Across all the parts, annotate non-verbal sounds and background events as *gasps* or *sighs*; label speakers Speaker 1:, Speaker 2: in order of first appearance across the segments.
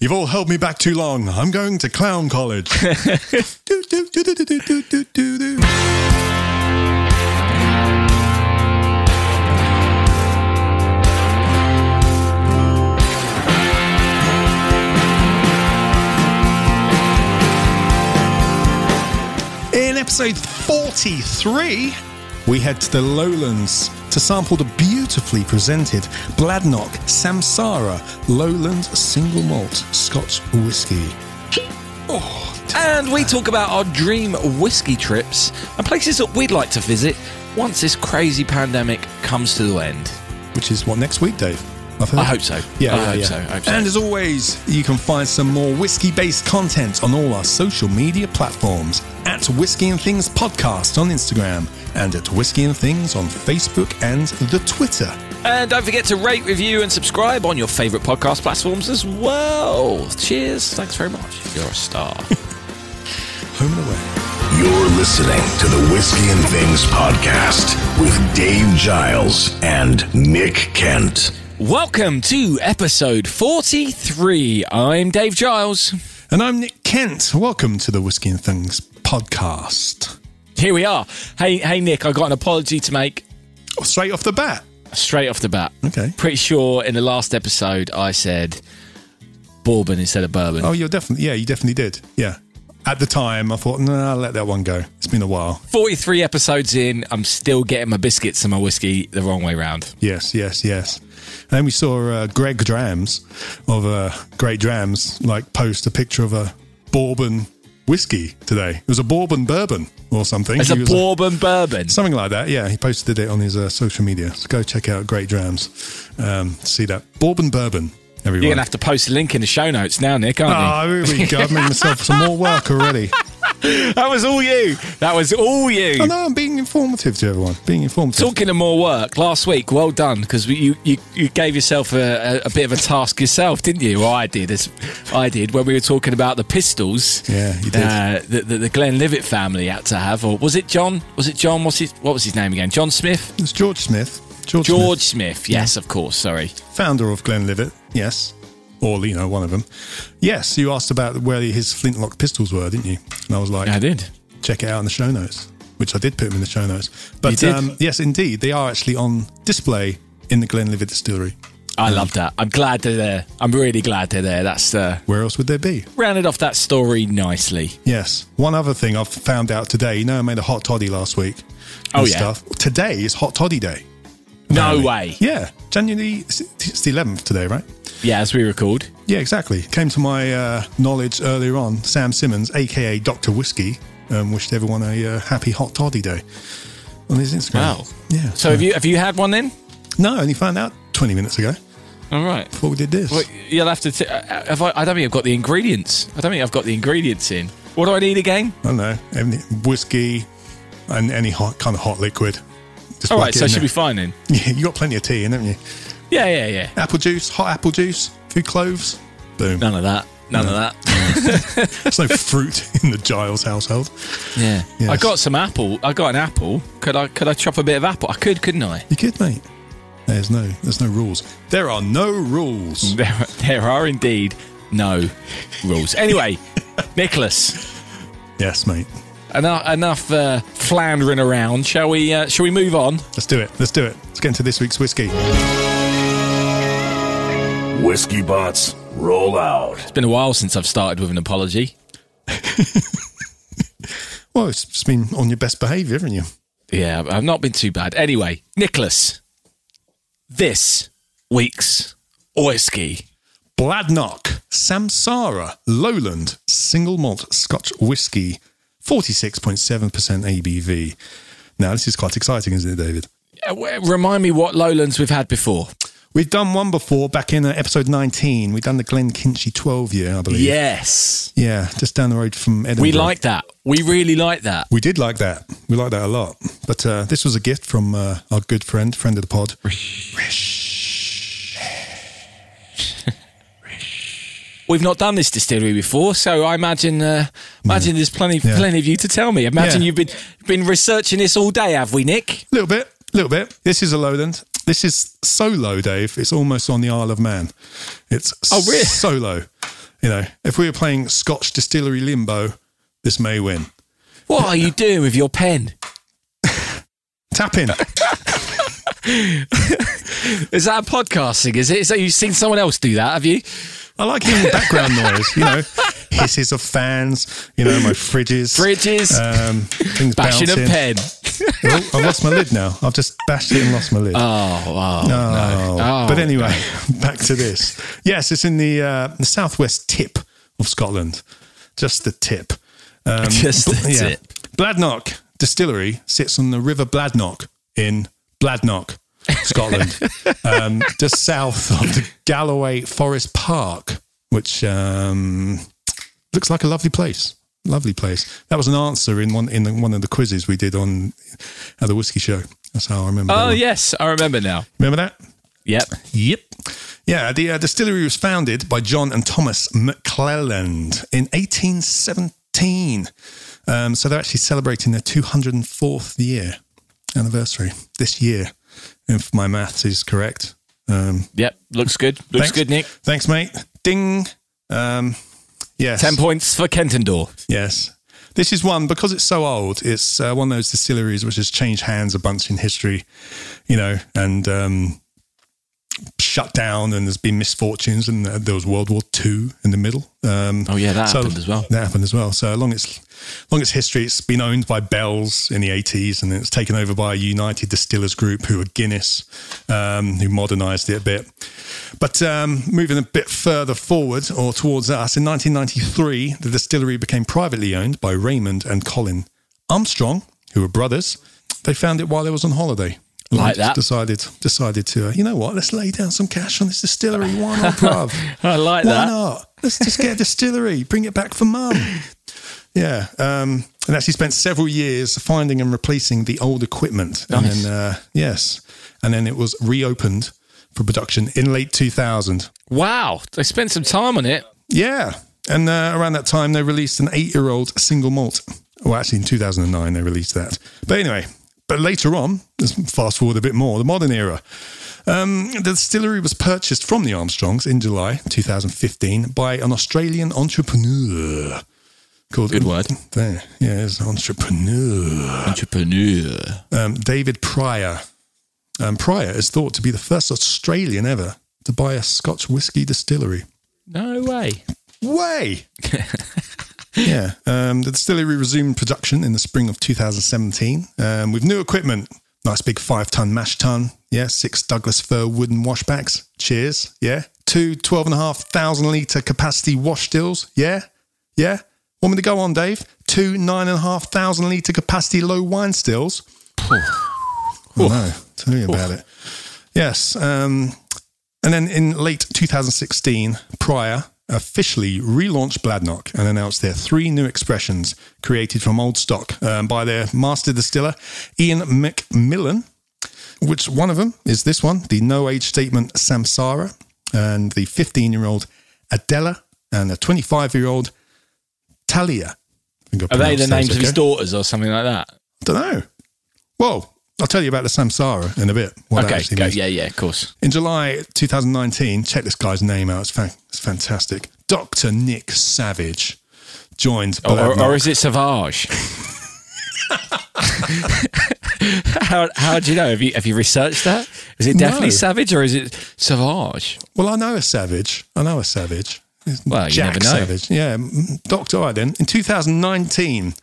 Speaker 1: You've all held me back too long. I'm going to clown college. Do, do, do, do, do, do, do, do, do, do. In episode 43, we head to the lowlands to sample the beautifully presented Bladnock Samsara Lowland Single Malt Scotch Whisky. Oh,
Speaker 2: And we talk about our dream whiskey trips and places that we'd like to visit once this crazy pandemic comes to the end.
Speaker 1: which is what next week, Dave? I've heard.
Speaker 2: I hope so.
Speaker 1: Yeah,
Speaker 2: I
Speaker 1: yeah,
Speaker 2: hope
Speaker 1: yeah.
Speaker 2: so. I hope so.
Speaker 1: And as always, you can find some more whiskey based content on all our social media platforms at Whiskey and Things Podcast on Instagram and at Whiskey and Things on Facebook and the Twitter.
Speaker 2: And don't forget to rate, review, and subscribe on your favourite podcast platforms as well. Cheers. Thanks very much. You're a star.
Speaker 1: Home and away.
Speaker 3: You're listening to the Whiskey and Things podcast with Dave Giles and Nick Kent.
Speaker 2: *laughs* Welcome to episode 43. I'm Dave Giles.
Speaker 1: And I'm Nick Kent. Welcome to the Whiskey and Things podcast.
Speaker 2: Here we are. Hey, hey, Nick, I got an apology to make
Speaker 1: Oh, Straight off the bat.
Speaker 2: straight off the bat.
Speaker 1: Okay.
Speaker 2: Pretty sure in the last episode I said bourbon instead of bourbon.
Speaker 1: Oh, you're definitely, yeah, you definitely did. Yeah. At the time, I thought, no, nah, I'll let that one go. It's been a while.
Speaker 2: 43 episodes in, I'm still getting my biscuits and my whiskey the wrong way round.
Speaker 1: Yes, yes, yes. And we saw uh, Greg Drams of uh, Great Drams like post a picture of a bourbon whiskey today. It was a bourbon bourbon or something.
Speaker 2: It's
Speaker 1: He
Speaker 2: a
Speaker 1: was
Speaker 2: bourbon bourbon.
Speaker 1: something like that. Yeah, he posted it on his uh, social media. So go check out Great Drams. Um, see that bourbon bourbon. Everyone.
Speaker 2: You're going to have to post a link in the show notes now, Nick, aren't you?
Speaker 1: Oh, here we go. I've made myself some more work
Speaker 2: *laughs*
Speaker 1: already.
Speaker 2: That was all you. That was all you.
Speaker 1: Oh, no, I'm being informative to everyone. Being informative.
Speaker 2: Talking of more work, last week, well done, because you, you, you gave yourself a, a, a bit of a task yourself, didn't you? Well, I did. As I did when we were talking about the pistols.
Speaker 1: Yeah, you did.
Speaker 2: Uh, that the, the Glenlivet family had to have, or was it John? Was it John? What's his, what was his name again? John Smith?
Speaker 1: It's George Smith. George,
Speaker 2: George Smith. Yes, of course. Sorry.
Speaker 1: Smith, founder of Glenlivet. Yes. Or, you know, one of them. Yes, you asked about where his flintlock pistols were, didn't you? And I was like,
Speaker 2: I did.
Speaker 1: check it out in the show notes, which I did put them in the show notes. But
Speaker 2: You did?
Speaker 1: Um, yes, indeed, they are actually on display in the Glenlivet distillery.
Speaker 2: I love that. I'm glad they're there. I'm really glad they're there. That's uh,
Speaker 1: Where else would they be?
Speaker 2: rounded off that story nicely.
Speaker 1: Yes. One other thing I've found out today. You know, I made a hot toddy last week. and
Speaker 2: Oh, yeah.
Speaker 1: Today is hot toddy day.
Speaker 2: No
Speaker 1: Apparently.
Speaker 2: way.
Speaker 1: Yeah, January it's it's the eleventh today, right?
Speaker 2: Yeah, as we record.
Speaker 1: Yeah, exactly. Came to my uh, knowledge earlier on. Sam Simmons, aka Doctor Whiskey, um, wished everyone a uh, happy hot toddy day on his Instagram.
Speaker 2: Wow.
Speaker 1: Yeah.
Speaker 2: So have you have you had one then?
Speaker 1: No, I only found out twenty minutes ago
Speaker 2: All right.
Speaker 1: before we did this.
Speaker 2: Well, you'll have to. T- uh, have I, I don't think I've got the ingredients. I don't think I've got the ingredients in. What do I need again?
Speaker 1: I don't know any, whiskey and any hot kind of hot liquid. Just
Speaker 2: All
Speaker 1: whack
Speaker 2: right,
Speaker 1: it
Speaker 2: so
Speaker 1: in
Speaker 2: should be
Speaker 1: there.
Speaker 2: fine then.
Speaker 1: *laughs* Yeah, you got plenty of tea in, haven't you?
Speaker 2: Yeah, yeah, yeah.
Speaker 1: Apple juice, hot apple juice, a few cloves. Boom.
Speaker 2: None of that. None of that.
Speaker 1: There's no fruit in the Giles household.
Speaker 2: *laughs* Yeah.
Speaker 1: Yes.
Speaker 2: I got some apple. I got an apple. Could I? Could I chop a bit of apple? I could, couldn't I? *laughs*
Speaker 1: You kid, mate. There's no, there's no rules. There are no rules.
Speaker 2: There, there are indeed no rules. Anyway, *laughs* Nicholas,
Speaker 1: Yes, mate.
Speaker 2: enough, enough uh, floundering around. Shall we? Uh, shall we move on?
Speaker 1: Let's do it. Let's do it. Let's get into this week's whiskey.
Speaker 3: Whiskey bots, roll out.
Speaker 2: It's been a while since I've started with an apology.
Speaker 1: Well, it's just been on your best behaviour, haven't you?
Speaker 2: Yeah, I've not been too bad. Anyway, Nicholas, this week's whiskey.
Speaker 1: Bladnock Samsara Lowland Single Malt Scotch Whiskey, forty-six point seven percent ABV. Now, this is quite exciting, isn't it, David?
Speaker 2: Uh, w- Remind me what lowlands we've had before.
Speaker 1: We've done one before back in uh, episode 19. We've done the Glen Kinchy 12 year, I believe.
Speaker 2: Yes,
Speaker 1: Yeah, just down the road from Edinburgh.
Speaker 2: we like that. We really like that.
Speaker 1: We did like that. We liked that a lot. But uh, this was a gift from uh, our good friend, friend of the pod.
Speaker 2: We've not done this distillery before, so I imagine uh, imagine there's plenty
Speaker 1: Yeah.
Speaker 2: plenty of you to tell me. Imagine
Speaker 1: Yeah.
Speaker 2: you've been been researching this all day, have we, Nick?
Speaker 1: little bit, little bit. This is a lowland. This is so low, Dave. It's almost on the Isle of Man. It's *laughs*
Speaker 2: Oh, really?
Speaker 1: so low. You know, if we were playing Scotch Distillery Limbo, this may win.
Speaker 2: What are you doing with your pen?
Speaker 1: Tap
Speaker 2: *laughs*
Speaker 1: in.
Speaker 2: Is that podcasting? Is it? Is that you've seen someone else do that? Have you?
Speaker 1: I like hearing background noise, you
Speaker 2: *laughs*
Speaker 1: know, hisses of fans, you know, my fridges.
Speaker 2: Fridges.
Speaker 1: Um, things
Speaker 2: Bashing
Speaker 1: bouncing.
Speaker 2: a pen.
Speaker 1: Oh, I've lost my lid now. I've just bashed it and lost my lid.
Speaker 2: Oh, wow.
Speaker 1: Oh.
Speaker 2: Oh,
Speaker 1: but anyway, *laughs* back to this. Yes, it's in the, uh, the southwest tip of Scotland. Just the tip. Um,
Speaker 2: *laughs* Just the
Speaker 1: yeah.
Speaker 2: tip.
Speaker 1: Bladnock Distillery sits on the River Bladnock in Bladnock, Scotland, um, just south of the Galloway Forest Park, which um, looks like a lovely place. Lovely place. That was an answer in one in the, one of the quizzes we did on at the whiskey show. That's how I remember. that
Speaker 2: Oh,
Speaker 1: one.
Speaker 2: yes. I remember now.
Speaker 1: Remember that?
Speaker 2: Yep.
Speaker 1: Yep. Yeah, the uh, distillery was founded by John and Thomas McClelland in 1817. Um, so they're actually celebrating their 204th year anniversary this year, if my maths is correct. Um,
Speaker 2: Yep. Looks good. Looks
Speaker 1: thanks.
Speaker 2: good, Nick.
Speaker 1: Thanks, mate. Ding. Um, yes.
Speaker 2: 10 points for Kentendor.
Speaker 1: Yes. This is one, because it's so old, it's uh, one of those distilleries which has changed hands a bunch in history, you know, and um, shut down, and there's been misfortunes, and uh, there was World War II in the middle. Um,
Speaker 2: Oh, yeah. That happened as well.
Speaker 1: That happened as well. So along its, along its history, it's been owned by Bell's in the 80s, and it's taken over by a United Distillers Group, who are Guinness, um, who modernized it a bit. But um, moving a bit further forward or towards us, in 1993, the distillery became privately owned by Raymond and Colin Armstrong, who were brothers. They found it while they was on holiday. And
Speaker 2: Like
Speaker 1: they just
Speaker 2: that.
Speaker 1: Decided decided to uh, you know what? Let's lay down some cash on this distillery. Why not,
Speaker 2: *laughs*
Speaker 1: bruv?
Speaker 2: I like
Speaker 1: Why
Speaker 2: that.
Speaker 1: not? Let's just get a distillery. Bring it back for mum. Yeah, um, and actually spent several years finding and replacing the old equipment, and then uh, yes, and then it was reopened for production in late 2000.
Speaker 2: Wow. They spent some time on it.
Speaker 1: Yeah. And uh, around that time, they released an eight year old single malt. Well, actually, in 2009, they released that. But anyway, but later on, let's fast forward a bit more, the modern era. Um, the distillery was purchased from the Armstrongs in July 2015 by an Australian entrepreneur called.
Speaker 2: Good word.
Speaker 1: There. Yeah, it's entrepreneur.
Speaker 2: Entrepreneur.
Speaker 1: Um, David Pryor. Um, Pryor is thought to be the first Australian ever to buy a Scotch whisky distillery.
Speaker 2: No way.
Speaker 1: Way. *laughs* yeah. Um, the distillery resumed production in the spring of 2017 um, with new equipment. Nice big five ton mash tun. Yeah. Six Douglas fir wooden washbacks. Cheers. Yeah. Two 12,500 litre capacity wash stills. Yeah. Yeah. Want me to go on, Dave? Two 9,500 litre capacity low wine stills. Oh, no. Tell me about it. Yes. Um, and then in late 2016, Pryor officially relaunched Bladnock and announced their three new expressions created from old stock um, by their master distiller, Ian McMillan, which one of them is this one the no age statement Samsara, and the 15 year old Adela, and the 25 year old Talia. I think I
Speaker 2: Are they
Speaker 1: pronounced
Speaker 2: the
Speaker 1: those
Speaker 2: names of
Speaker 1: okay.
Speaker 2: his daughters or something like that?
Speaker 1: Don't know. Well, I'll tell you about the Samsara in a bit. What that
Speaker 2: okay.
Speaker 1: actually
Speaker 2: Go,
Speaker 1: means.
Speaker 2: yeah, yeah, of course.
Speaker 1: In July 2019, check this guy's name out. It's, fan- it's fantastic. Dr. Nick Savage joined.
Speaker 2: Or,
Speaker 1: Bladnock.
Speaker 2: Oh, or, or is it Savage? how, how do you know? Have you have you researched that? Is it definitely
Speaker 1: No.
Speaker 2: Savage or is it Savage?
Speaker 1: well, I know a Savage. I know a Savage. It's
Speaker 2: Well, you never know.
Speaker 1: Savage. Yeah, mm, Dr. I then. In 2019,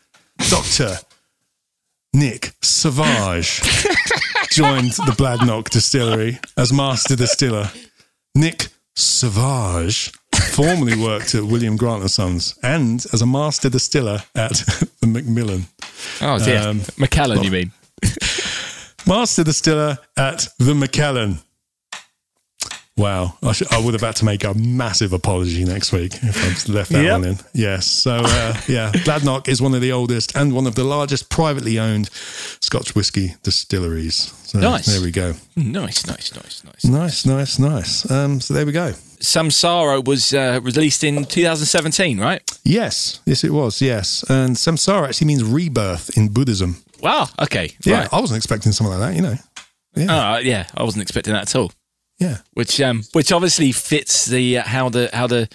Speaker 1: Dr. Nick
Speaker 2: *laughs*
Speaker 1: Savage joined the Bladnock Distillery as master distiller. Nick Savage formerly worked at William Grant and Sons and as a master distiller at *laughs* the Macmillan.
Speaker 2: Oh dear,
Speaker 1: Um,
Speaker 2: McCallum, you mean?
Speaker 1: Master distiller at the McKellen. Wow, I, should, I would have had to make a massive apology next week if I left that
Speaker 2: Yep.
Speaker 1: one in. Yes, so uh, yeah, Bladnock is one of the oldest and one of the largest privately owned Scotch whisky distilleries. So
Speaker 2: Nice.
Speaker 1: There we go.
Speaker 2: Nice, nice, nice, nice.
Speaker 1: Nice, nice, nice. Um, so there we go.
Speaker 2: Samsara was uh, released in 2017, right?
Speaker 1: Yes, yes, it was. Yes, and samsara actually means rebirth in Buddhism.
Speaker 2: Wow. Okay.
Speaker 1: Yeah,
Speaker 2: Right.
Speaker 1: I wasn't expecting something like that. You know. Yeah.
Speaker 2: Oh, yeah. I wasn't expecting that at all.
Speaker 1: yeah.
Speaker 2: Which um, which obviously fits the uh, how the how the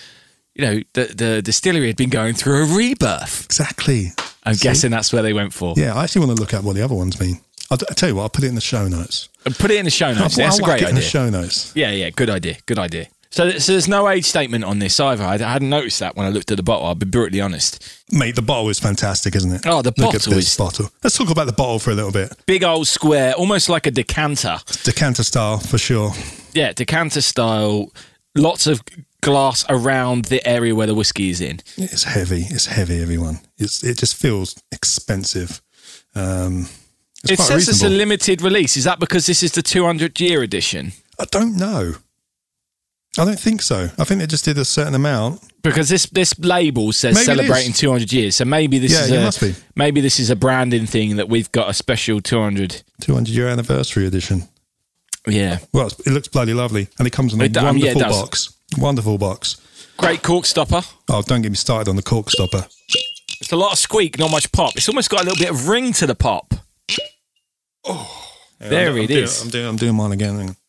Speaker 2: you know, the, the distillery had been going through a rebirth.
Speaker 1: Exactly.
Speaker 2: I'm guessing that's where they went for.
Speaker 1: Yeah, I actually want to look at what the other ones mean. I'll, t- I'll tell you what, I'll put it in the show notes.
Speaker 2: And put it in the show notes.
Speaker 1: I'll,
Speaker 2: that's
Speaker 1: I'll
Speaker 2: a
Speaker 1: whack
Speaker 2: great
Speaker 1: it in the
Speaker 2: idea.
Speaker 1: show notes.
Speaker 2: Yeah, yeah, good idea, good idea. So, th- so there's no age statement on this either. I, I hadn't noticed that when I looked at the bottle. I'll be brutally honest.
Speaker 1: Mate, the bottle is fantastic, isn't it?
Speaker 2: Oh, the
Speaker 1: Look at
Speaker 2: bottle
Speaker 1: this
Speaker 2: is-
Speaker 1: bottle. Let's talk about the bottle for a little bit.
Speaker 2: Big old square, almost like a decanter.
Speaker 1: Decanter style for sure.
Speaker 2: Yeah, decanter style. Lots of glass around the area where the whiskey is in.
Speaker 1: It's heavy. It's heavy. Everyone. It's it just feels expensive. Um, it's
Speaker 2: It
Speaker 1: quite
Speaker 2: says it's a
Speaker 1: reasonable.
Speaker 2: limited release. Is that because this is the 200 year edition?
Speaker 1: I don't know. I don't think so. I think they just did a certain amount.
Speaker 2: Because this this label says
Speaker 1: Maybe it
Speaker 2: celebrating
Speaker 1: is.
Speaker 2: 200 years. So maybe this
Speaker 1: Yeah,
Speaker 2: is
Speaker 1: it
Speaker 2: a
Speaker 1: must be.
Speaker 2: maybe this is a branding thing that we've got a special 200.
Speaker 1: 200 year anniversary edition.
Speaker 2: Yeah,
Speaker 1: Well, it's- it looks bloody lovely, and it comes in a
Speaker 2: It do- um, yeah, it
Speaker 1: wonderful
Speaker 2: does.
Speaker 1: box. Wonderful box.
Speaker 2: great cork stopper.
Speaker 1: Oh, don't get me started on the cork stopper.
Speaker 2: It's a lot of squeak, not much pop. It's almost got a little bit of ring to the pop. Oh, there
Speaker 1: I'm
Speaker 2: it
Speaker 1: doing-
Speaker 2: is.
Speaker 1: I'm doing. I'm doing mine again. Hang on.
Speaker 2: *laughs*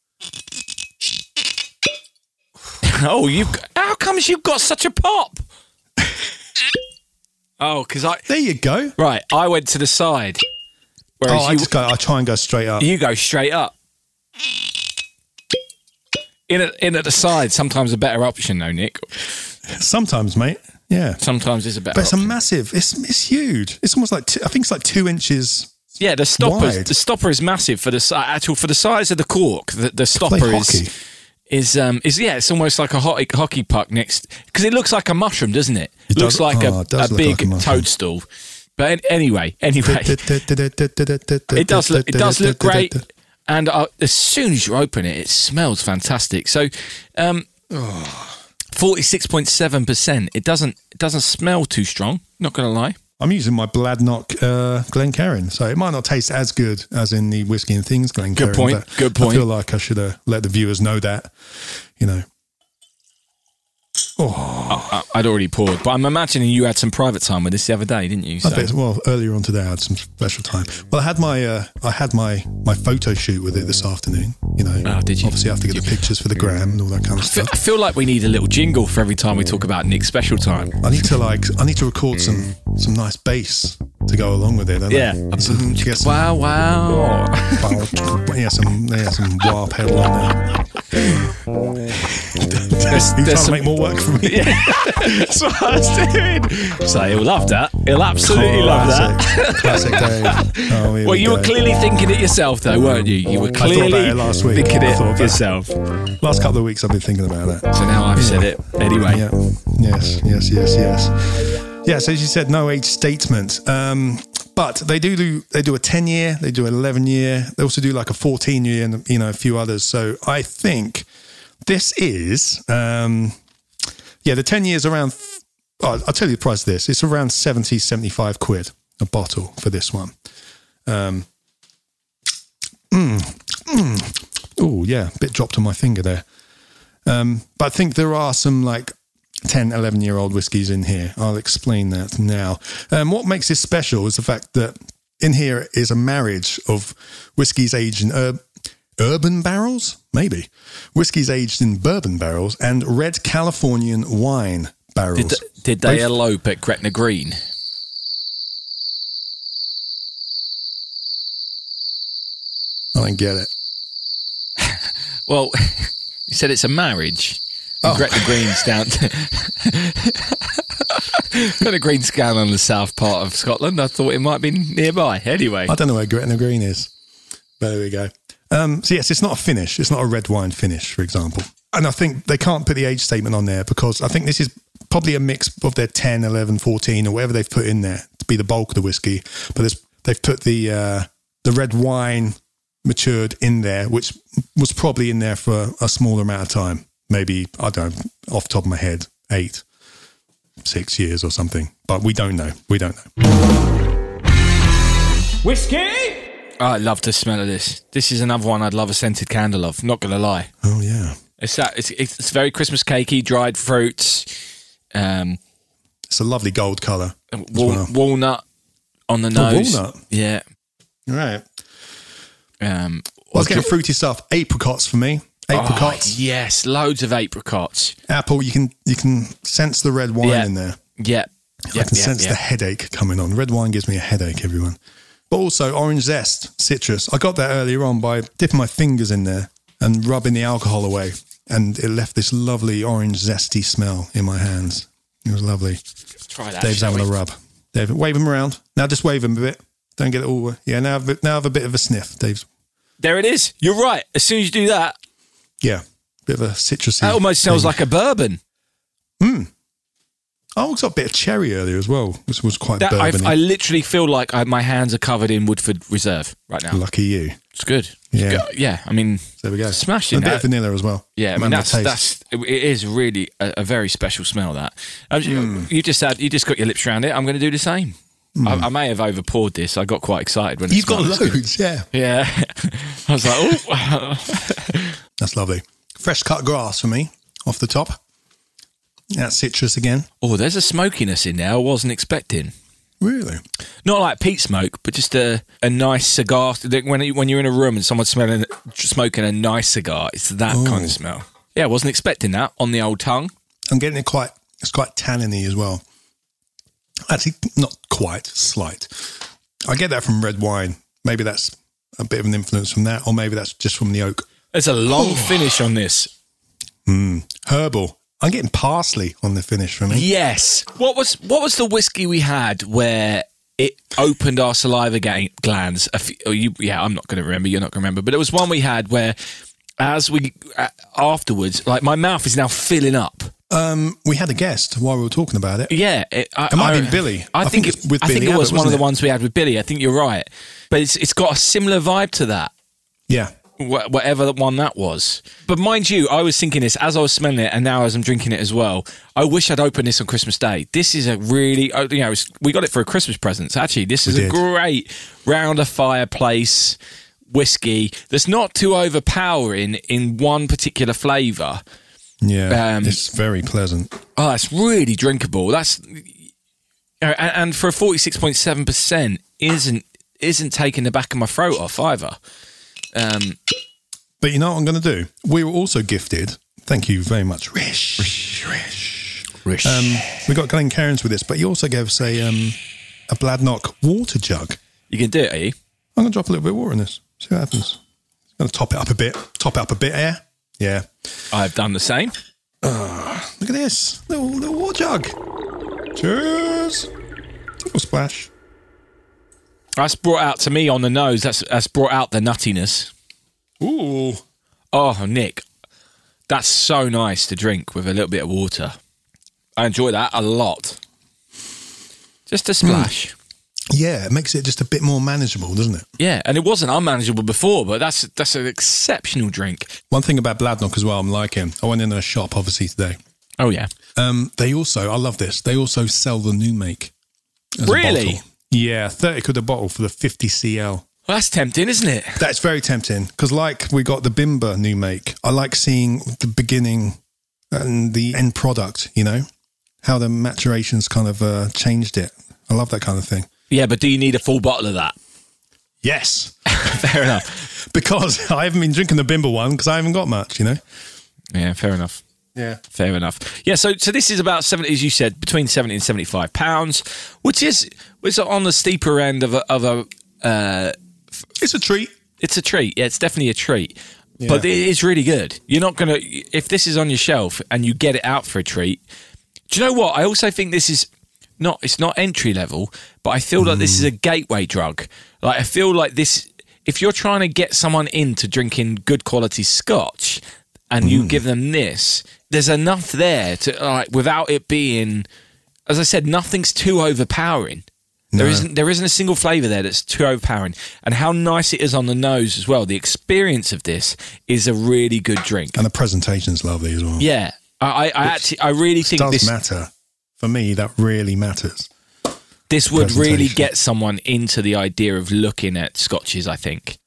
Speaker 2: Oh, you've got, how comes you've got such a pop? *laughs* oh, because I
Speaker 1: There you go.
Speaker 2: right, I went to the side, whereas
Speaker 1: Oh, I
Speaker 2: you
Speaker 1: just go. I try and go straight up.
Speaker 2: you go straight up. In at, in at the side, sometimes a better option though, Nick.
Speaker 1: Sometimes, mate. Yeah,
Speaker 2: Sometimes it's a better.
Speaker 1: but it's a
Speaker 2: option.
Speaker 1: massive. It's it's huge. It's almost like two, I think it's like two inches.
Speaker 2: yeah, the stopper
Speaker 1: wide.
Speaker 2: the stopper is massive for the si- actual for the size of the cork. The, the
Speaker 1: Play
Speaker 2: stopper
Speaker 1: hockey.
Speaker 2: is is um is yeah, it's almost like a ho- hockey puck next because it looks like a mushroom, doesn't it?
Speaker 1: It
Speaker 2: looks
Speaker 1: does-
Speaker 2: like
Speaker 1: oh,
Speaker 2: a,
Speaker 1: it does
Speaker 2: a
Speaker 1: look
Speaker 2: big
Speaker 1: like a mushroom.
Speaker 2: toadstool. But an- anyway, anyway, *laughs*
Speaker 1: it
Speaker 2: it does look it does look great. And uh, as soon as you open it, it smells fantastic. So, um, forty six point seven percent. It doesn't it doesn't smell too strong. Not gonna lie.
Speaker 1: I'm using my Bladnock uh, Glencairn, so it might not taste as good as in the whiskey and things Glencairn.
Speaker 2: point,
Speaker 1: but
Speaker 2: good
Speaker 1: I
Speaker 2: point.
Speaker 1: feel like I should uh, let the viewers know that. You know,
Speaker 2: I, I'd already poured, but I'm imagining you had some private time with this the other day, didn't you?
Speaker 1: I
Speaker 2: So-
Speaker 1: bet- well, earlier on today I had some special time. Well, I had my uh, I had my my photo shoot with it this afternoon. You know,
Speaker 2: Oh, did you?
Speaker 1: obviously I have to get the pictures for the gram and all that
Speaker 2: *laughs*
Speaker 1: kind of
Speaker 2: I feel-
Speaker 1: stuff.
Speaker 2: I feel like we need a little jingle for every time we talk about Nick's special time.
Speaker 1: I need to like I need to record some some nice bass to go along with it. don't I?
Speaker 2: Yeah.
Speaker 1: So, to get some
Speaker 2: Wow, wow.
Speaker 1: yeah, some yeah, some wah pedal on there.
Speaker 2: There's-
Speaker 1: You trying
Speaker 2: there's
Speaker 1: to
Speaker 2: some-
Speaker 1: make more work for me?
Speaker 2: *laughs* That's what I was doing. So he'll love that. He'll
Speaker 1: Oh,
Speaker 2: absolutely love that.
Speaker 1: Classic
Speaker 2: *laughs*
Speaker 1: Dave. Oh, here
Speaker 2: Well,
Speaker 1: we
Speaker 2: you were
Speaker 1: go.
Speaker 2: clearly thinking it yourself, though, weren't you? You were
Speaker 1: thought about
Speaker 2: clearly
Speaker 1: it last week.
Speaker 2: thinking
Speaker 1: I
Speaker 2: it
Speaker 1: thought about it.
Speaker 2: yourself.
Speaker 1: Last couple of weeks I've been thinking about that.
Speaker 2: So now I've said it. Anyway,
Speaker 1: Yeah. Yes. Yes. Yes. Yes. Yeah. So as you said, no age statement. Um, but they do do they do a ten year, they do an eleven year, they also do like a fourteen year, and you know a few others. So I think this is um, yeah the ten years around. Oh, I'll tell you the price of this. It's around 70, 75 quid a bottle for this one. Oh yeah, bit dropped on my finger there. Um, but I think there are some like 10, 11 year old whiskies in here. I'll explain that now. Um, what makes this special is the fact that in here is a marriage of whiskies aged in ur- urban barrels, maybe whiskies aged in bourbon barrels and red Californian wine barrels.
Speaker 2: did, did they
Speaker 1: Both-
Speaker 2: elope at Gretna Green?
Speaker 1: I don't get it.
Speaker 2: Well, *laughs* you said it's a marriage.
Speaker 1: Oh.
Speaker 2: And Gretna Green's down. *laughs* Gretna Green's down on the south part of Scotland. I thought it might be nearby. Anyway,
Speaker 1: I don't know where Gretna Green is. But there we go. Um, so yes, it's not a finish. It's not a red wine finish, for example. And I think they can't put the age statement on there because I think this is probably a mix of their 10, 11, 14 or whatever they've put in there to be the bulk of the whiskey. But there's, they've put the, uh, the red wine matured in there, which was probably in there for a smaller amount of time. Maybe, I don't know, off the top of my head, eight, six years or something. But we don't know. We don't know.
Speaker 2: I love the smell of this. This is another one I'd love a scented candle of. Not gonna lie.
Speaker 1: Oh, yeah.
Speaker 2: It's that. It's, it's very Christmas cakey, dried fruits. Um,
Speaker 1: It's a lovely gold color.
Speaker 2: Wal-
Speaker 1: well.
Speaker 2: walnut on the nose.
Speaker 1: walnut.
Speaker 2: Yeah.
Speaker 1: Right.
Speaker 2: Um,
Speaker 1: I was getting fruity stuff. Apricots for me. apricots,
Speaker 2: Oh, yes, loads of apricots.
Speaker 1: apple. You can you can sense the red wine
Speaker 2: Yeah.
Speaker 1: in there.
Speaker 2: Yep.
Speaker 1: I
Speaker 2: Yep,
Speaker 1: can
Speaker 2: yep,
Speaker 1: sense the
Speaker 2: yep.
Speaker 1: headache coming on. Red wine gives me a headache, everyone. But also orange zest, citrus. I got that earlier on by dipping my fingers in there and rubbing the alcohol away, and it left this lovely orange zesty smell in my hands. It was lovely.
Speaker 2: Try that.
Speaker 1: Dave's
Speaker 2: shall
Speaker 1: having a
Speaker 2: we?
Speaker 1: rub. Dave, wave him around. Now just wave him a bit. Don't get it all. Yeah, now have, a- now have a bit of a sniff, Dave's.
Speaker 2: There it is. You're right. As soon as you do that,
Speaker 1: Yeah, bit of a citrusy.
Speaker 2: that almost smells
Speaker 1: thing.
Speaker 2: like a bourbon.
Speaker 1: I also Oh, got a bit of cherry earlier as well, which was quite
Speaker 2: That I,
Speaker 1: bourbon.
Speaker 2: I literally feel like I, my hands are covered in Woodford Reserve right now.
Speaker 1: Lucky you.
Speaker 2: It's good. It's
Speaker 1: Yeah.
Speaker 2: good. Yeah. I mean,
Speaker 1: There we go.
Speaker 2: Smashing
Speaker 1: And A bit of
Speaker 2: that.
Speaker 1: vanilla as well.
Speaker 2: yeah. I mean,
Speaker 1: Man, the
Speaker 2: that's
Speaker 1: taste.
Speaker 2: that's it is really a, a very special smell. That Um,
Speaker 1: Hmm.
Speaker 2: you just had you just got your lips around it. I'm going to do the same. I, I may have over poured this. I got quite excited when it
Speaker 1: Hmm. You've got
Speaker 2: smelled this good.
Speaker 1: loads, yeah.
Speaker 2: Yeah. *laughs* I was like, oh.
Speaker 1: That's lovely. Fresh cut grass for me off the top. That's citrus again.
Speaker 2: oh, there's a smokiness in there I wasn't expecting.
Speaker 1: Really?
Speaker 2: Not like peat smoke, but just a, a nice cigar. like When you- when you're in a room and someone's smelling smoking a nice cigar, it's that kind of smell. Yeah, I wasn't expecting that on the old tongue.
Speaker 1: I'm getting it quite, it's quite tanniny as well. Actually, not quite, slight. I get that from red wine. Maybe that's a bit of an influence from that, or maybe that's just from the oak.
Speaker 2: There's a long finish on this.
Speaker 1: Herbal. I'm getting parsley on the finish for me.
Speaker 2: Yes. What was what was the whiskey we had where it opened our saliva ga- glands? A few, oh, you, yeah, I'm not going to remember. You're not going to remember. But it was one we had where, as we a- afterwards, like my mouth is now filling up.
Speaker 1: We had a guest while we were talking about it.
Speaker 2: Yeah, it, I,
Speaker 1: It might
Speaker 2: I-
Speaker 1: have been Billy.
Speaker 2: I,
Speaker 1: I think
Speaker 2: think, it,
Speaker 1: it's with
Speaker 2: I
Speaker 1: Billy
Speaker 2: think it was
Speaker 1: Abbott,
Speaker 2: one of the
Speaker 1: wasn't it?
Speaker 2: ones we had with Billy. I think you're right, but it's it's got a similar vibe to that.
Speaker 1: Yeah.
Speaker 2: wh- whatever that one that was. But mind you, I was thinking this as I was smelling it, and now as I'm drinking it as well. I wish I'd opened this on Christmas Day. This is a really, oh, you know, it's, we got it for a Christmas present. So actually, this is a
Speaker 1: did.
Speaker 2: great round of fireplace whiskey that's not too overpowering in one particular flavour.
Speaker 1: Yeah.
Speaker 2: Um,
Speaker 1: it's very pleasant.
Speaker 2: Oh, that's really drinkable. That's uh, and, and for a forty six point seven percent isn't isn't taking the back of my throat off either.
Speaker 1: But you know what I'm going to do? We were also gifted. Thank you very much, Rish. Rish. Rish. Um, we got Glenn Cairns with this, but you also gave us a, um, a Bladnock water jug.
Speaker 2: You can do it, eh? are you?
Speaker 1: I'm going to drop a little bit of water in this. See what happens. going to top it up a bit. Top it up a bit, yeah? Yeah.
Speaker 2: I've done the same.
Speaker 1: Look at this. Little, little water jug. Cheers. Little splash.
Speaker 2: That's brought out to me on the nose. That's that's brought out the nuttiness.
Speaker 1: Ooh.
Speaker 2: Oh, Nick, that's so nice to drink with a little bit of water. I enjoy that a lot. Just a splash.
Speaker 1: Yeah, it makes it just a bit more manageable, doesn't it?
Speaker 2: Yeah, and it wasn't unmanageable before, but that's that's an exceptional drink.
Speaker 1: One thing about Bladnock as well, I'm liking. I went in a shop, obviously, today.
Speaker 2: Oh yeah.
Speaker 1: Um, they also, I love this. They also sell the new make. as a
Speaker 2: Really?
Speaker 1: bottle. yeah, thirty quid a bottle for the fifty cl.
Speaker 2: Well, that's tempting, isn't it?
Speaker 1: That's very tempting because, like, we got the Bimber new make. I like seeing the beginning and the end product. You know how the maturations kind of uh, changed it. I love that kind of thing.
Speaker 2: Yeah, but do you need a full bottle of that?
Speaker 1: Yes,
Speaker 2: *laughs*
Speaker 1: *laughs*
Speaker 2: fair enough.
Speaker 1: because *laughs* I haven't been drinking the Bimber one because I haven't got much. You know.
Speaker 2: Yeah, fair enough.
Speaker 1: Yeah.
Speaker 2: Fair enough. Yeah, so so this is about seventy, as you said, between seventy and seventy-five pounds, which is which is on the steeper end of a, of a
Speaker 1: It's a treat.
Speaker 2: it's a treat. Yeah, it's definitely a treat. But it is really good. You're not gonna if this is on your shelf and you get it out for a treat. Do you know what? I also think this is not it's not entry level, but I feel like this is a gateway drug. Like I feel like this if you're trying to get someone into drinking good quality scotch and you give them this, there's enough there to like without it being as I said, nothing's too overpowering. There isn't there isn't a single flavour there that's too overpowering. And how nice it is on the nose as well. The experience of this is a really good drink.
Speaker 1: And the presentation's lovely as well.
Speaker 2: Yeah. I, I, I actually I really
Speaker 1: It
Speaker 2: think
Speaker 1: does
Speaker 2: this
Speaker 1: matter for me. That really matters.
Speaker 2: this would really
Speaker 1: presentation.
Speaker 2: get someone into the idea of looking at scotches, I think.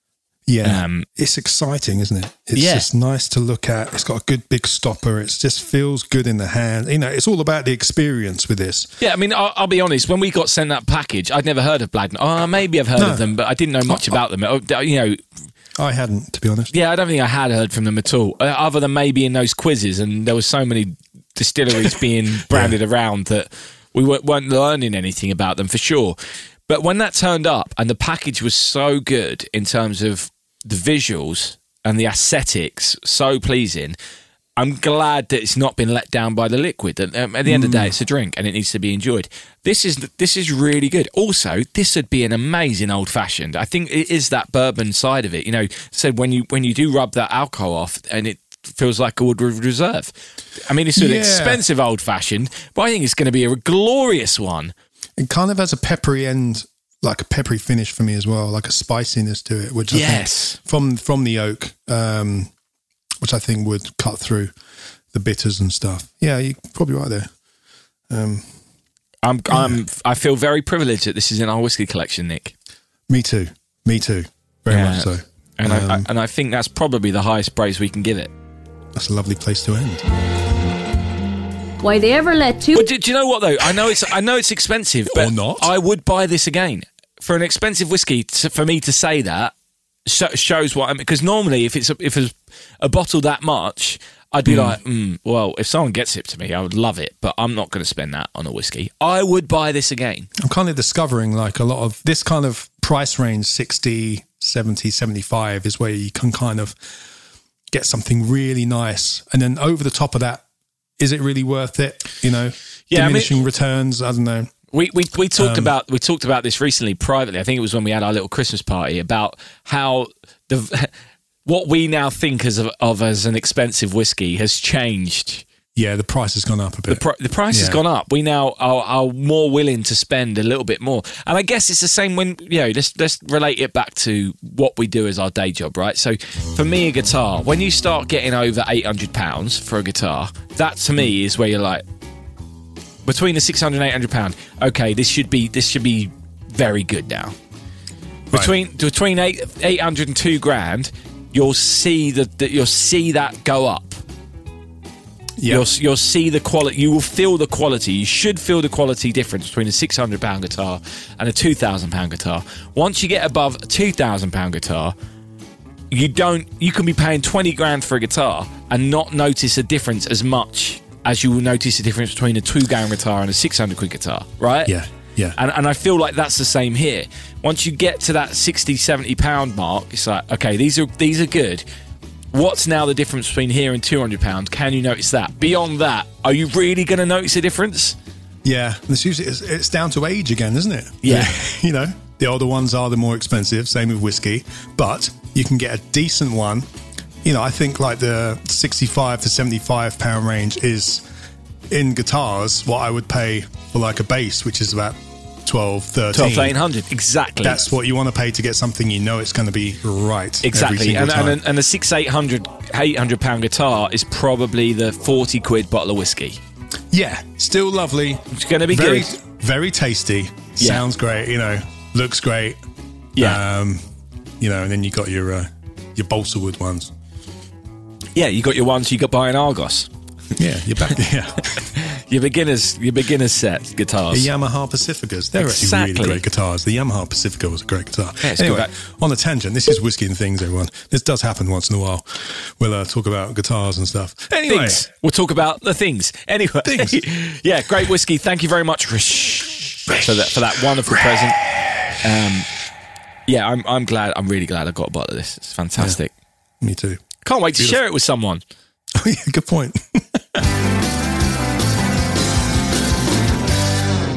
Speaker 1: Yeah.
Speaker 2: Um,
Speaker 1: it's exciting, isn't it? It's
Speaker 2: Yeah.
Speaker 1: just nice to look at. It's got a good big stopper. It just feels good in the hand. You know, it's all about the experience with this.
Speaker 2: Yeah, I mean, I'll, I'll be honest. When we got sent that package, I'd never heard of Bladden. Oh, maybe I've heard
Speaker 1: No.
Speaker 2: of them, but I didn't know much about them. Oh, You know,
Speaker 1: I hadn't, to be honest.
Speaker 2: Yeah, I don't think I had heard from them at all, uh, other than maybe in those quizzes. And there were so many distilleries being branded around that we weren't, weren't learning anything about them for sure. But when that turned up, and the package was so good in terms of the visuals and the aesthetics, so pleasing. I'm glad that it's not been let down by the liquid. That um, at the end of the
Speaker 1: Hmm.
Speaker 2: day, it's a drink and it needs to be enjoyed. This is this is really good. Also, this would be an amazing old fashioned. I think it is that bourbon side of it. You know, so when you when you do rub that alcohol off and it feels like a Woodward Reserve. I mean, it's an
Speaker 1: Yeah.
Speaker 2: expensive old fashioned, but I think it's going to be a glorious one.
Speaker 1: It kind of has a peppery end, like a peppery finish for me as well, like a spiciness to it, which I think
Speaker 2: Yes.
Speaker 1: from from the oak, um, which I think would cut through the bitters and stuff. Yeah, you're probably right there.
Speaker 2: I'm, I'm, I feel very privileged that this is in our whiskey collection, Nick.
Speaker 1: Me too. Me too. Very
Speaker 2: Yeah.
Speaker 1: much so.
Speaker 2: And, I, I,
Speaker 1: Um,
Speaker 2: and I think that's probably the highest praise we can give it.
Speaker 1: That's a lovely place to end.
Speaker 4: Why they ever let two
Speaker 2: But do, do you know what though? I know it's I know it's expensive, but
Speaker 1: Or not.
Speaker 2: I would buy this again for an expensive whiskey. To, for me to say that sho shows what I'm because normally if it's a, if it's a bottle that much, I'd
Speaker 1: Hmm.
Speaker 2: be like, mm, well, if someone gets it to me, I would love it, but I'm not going to spend that on a whiskey. I would buy this again.
Speaker 1: I'm kind of discovering like a lot of this kind of price range 60, 70, 75 is where you can kind of get something really nice. And then over the top of that, is it really worth it? You know,
Speaker 2: Yeah, I mean-
Speaker 1: diminishing returns. I don't know.
Speaker 2: We, we, we talked
Speaker 1: Um,
Speaker 2: about we talked about this recently privately. I think it was when we had our little Christmas party about how the *laughs* what we now think as of, of as an expensive whiskey has changed.
Speaker 1: Yeah, the price has gone up a bit.
Speaker 2: The, pri the price has
Speaker 1: Yeah.
Speaker 2: gone up. We now are, are more willing to spend a little bit more, and I guess it's the same when you know. Let's let's relate it back to what we do as our day job, right? So, for me, a guitar. When you start getting over eight hundred pounds for a guitar, that to me is where you're like, between the 600 and 800 pound okay this should be this should be very good now between between eight, 800 and 2 grand you'll see that that you'll see that go up
Speaker 1: Yeah.
Speaker 2: You'll, you'll see the quality. You will feel the quality. You should feel the quality difference between a six hundred pound guitar and a two thousand pound guitar. Once you get above a two thousand pound guitar, you don't. You can be paying twenty grand for a guitar and not notice a difference as much as you will notice the difference between a two grand guitar and a six hundred quid guitar. Right?
Speaker 1: Yeah, yeah.
Speaker 2: And and I feel like that's the same here. Once you get to that 60, 70 pound mark, it's like okay, these are these are good. What's now the difference between here and two hundred pounds? Can you notice that? Beyond that, are you really going to notice a difference?
Speaker 1: yeah. And It's, usually, it's, it's down to age again, isn't it?
Speaker 2: Yeah.
Speaker 1: *laughs* you know, the older ones are the more expensive. Same with whiskey, but you can get a decent one. You know, I think like the 65 to 75 pound range is in guitars what I would pay for like a bass, which is about 12, 13.
Speaker 2: Twelve to eight hundred, exactly.
Speaker 1: That's what you want to pay to get something you know it's going to be right. every
Speaker 2: exactly.
Speaker 1: single
Speaker 2: And,
Speaker 1: time.
Speaker 2: and and a six eight hundred eight hundred pound guitar is probably the forty quid bottle of whiskey.
Speaker 1: yeah, still lovely.
Speaker 2: It's going to be
Speaker 1: very,
Speaker 2: good.
Speaker 1: very tasty.
Speaker 2: Yeah.
Speaker 1: Sounds great. You know, looks great.
Speaker 2: Yeah,
Speaker 1: Um, you know, and then you got your uh, your balsa wood ones.
Speaker 2: yeah. You got your ones you got by an Argos.
Speaker 1: Yeah, you're back. *laughs* yeah,
Speaker 2: Your beginners, your beginners set
Speaker 1: the
Speaker 2: guitars.
Speaker 1: Yamaha Pacificas. They're actually
Speaker 2: Exactly.
Speaker 1: really great guitars. The Yamaha Pacifica was a great guitar.
Speaker 2: Yeah, let's go
Speaker 1: anyway,
Speaker 2: back.
Speaker 1: on a tangent, this is whiskey and things, everyone. This does happen once in a while. We'll uh, talk about guitars and stuff. Anyway,
Speaker 2: Things. We'll talk about the things. Anyway.
Speaker 1: Things.
Speaker 2: *laughs* yeah, great whiskey. Thank you very much, Rish, for that for that wonderful present. Um, yeah, I'm I'm glad. I'm really glad I got a bottle of this. It's fantastic.
Speaker 1: me too. *laughs*
Speaker 2: Can't wait to share it with someone.
Speaker 1: Oh yeah, good
Speaker 2: *laughs*
Speaker 1: point.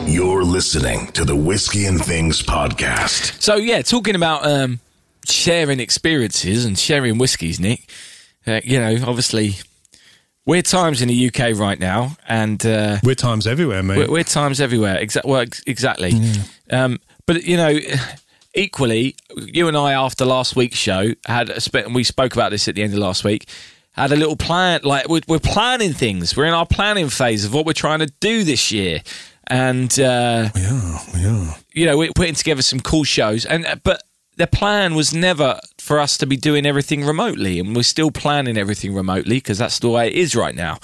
Speaker 3: You're listening to the Whiskey and Things podcast.
Speaker 2: So yeah, talking about um, sharing experiences and sharing whiskies, Nick. Uh, you know, obviously, weird times in the UK right now, and uh,
Speaker 1: Weird times everywhere, mate.
Speaker 2: We're, we're times everywhere. Exact. Well, ex- exactly. Um, but you know, equally, you and I after last week's show had a spe- and we spoke about this at the end of last week. Had a little plan. Like we're, we're planning things. We're in our planning phase of what we're trying to do this year, and uh,
Speaker 1: we are. We are.
Speaker 2: you know, we're putting together some cool shows. And uh, but their plan was never for us to be doing everything remotely, and we're still planning everything remotely because that's the way it is right now.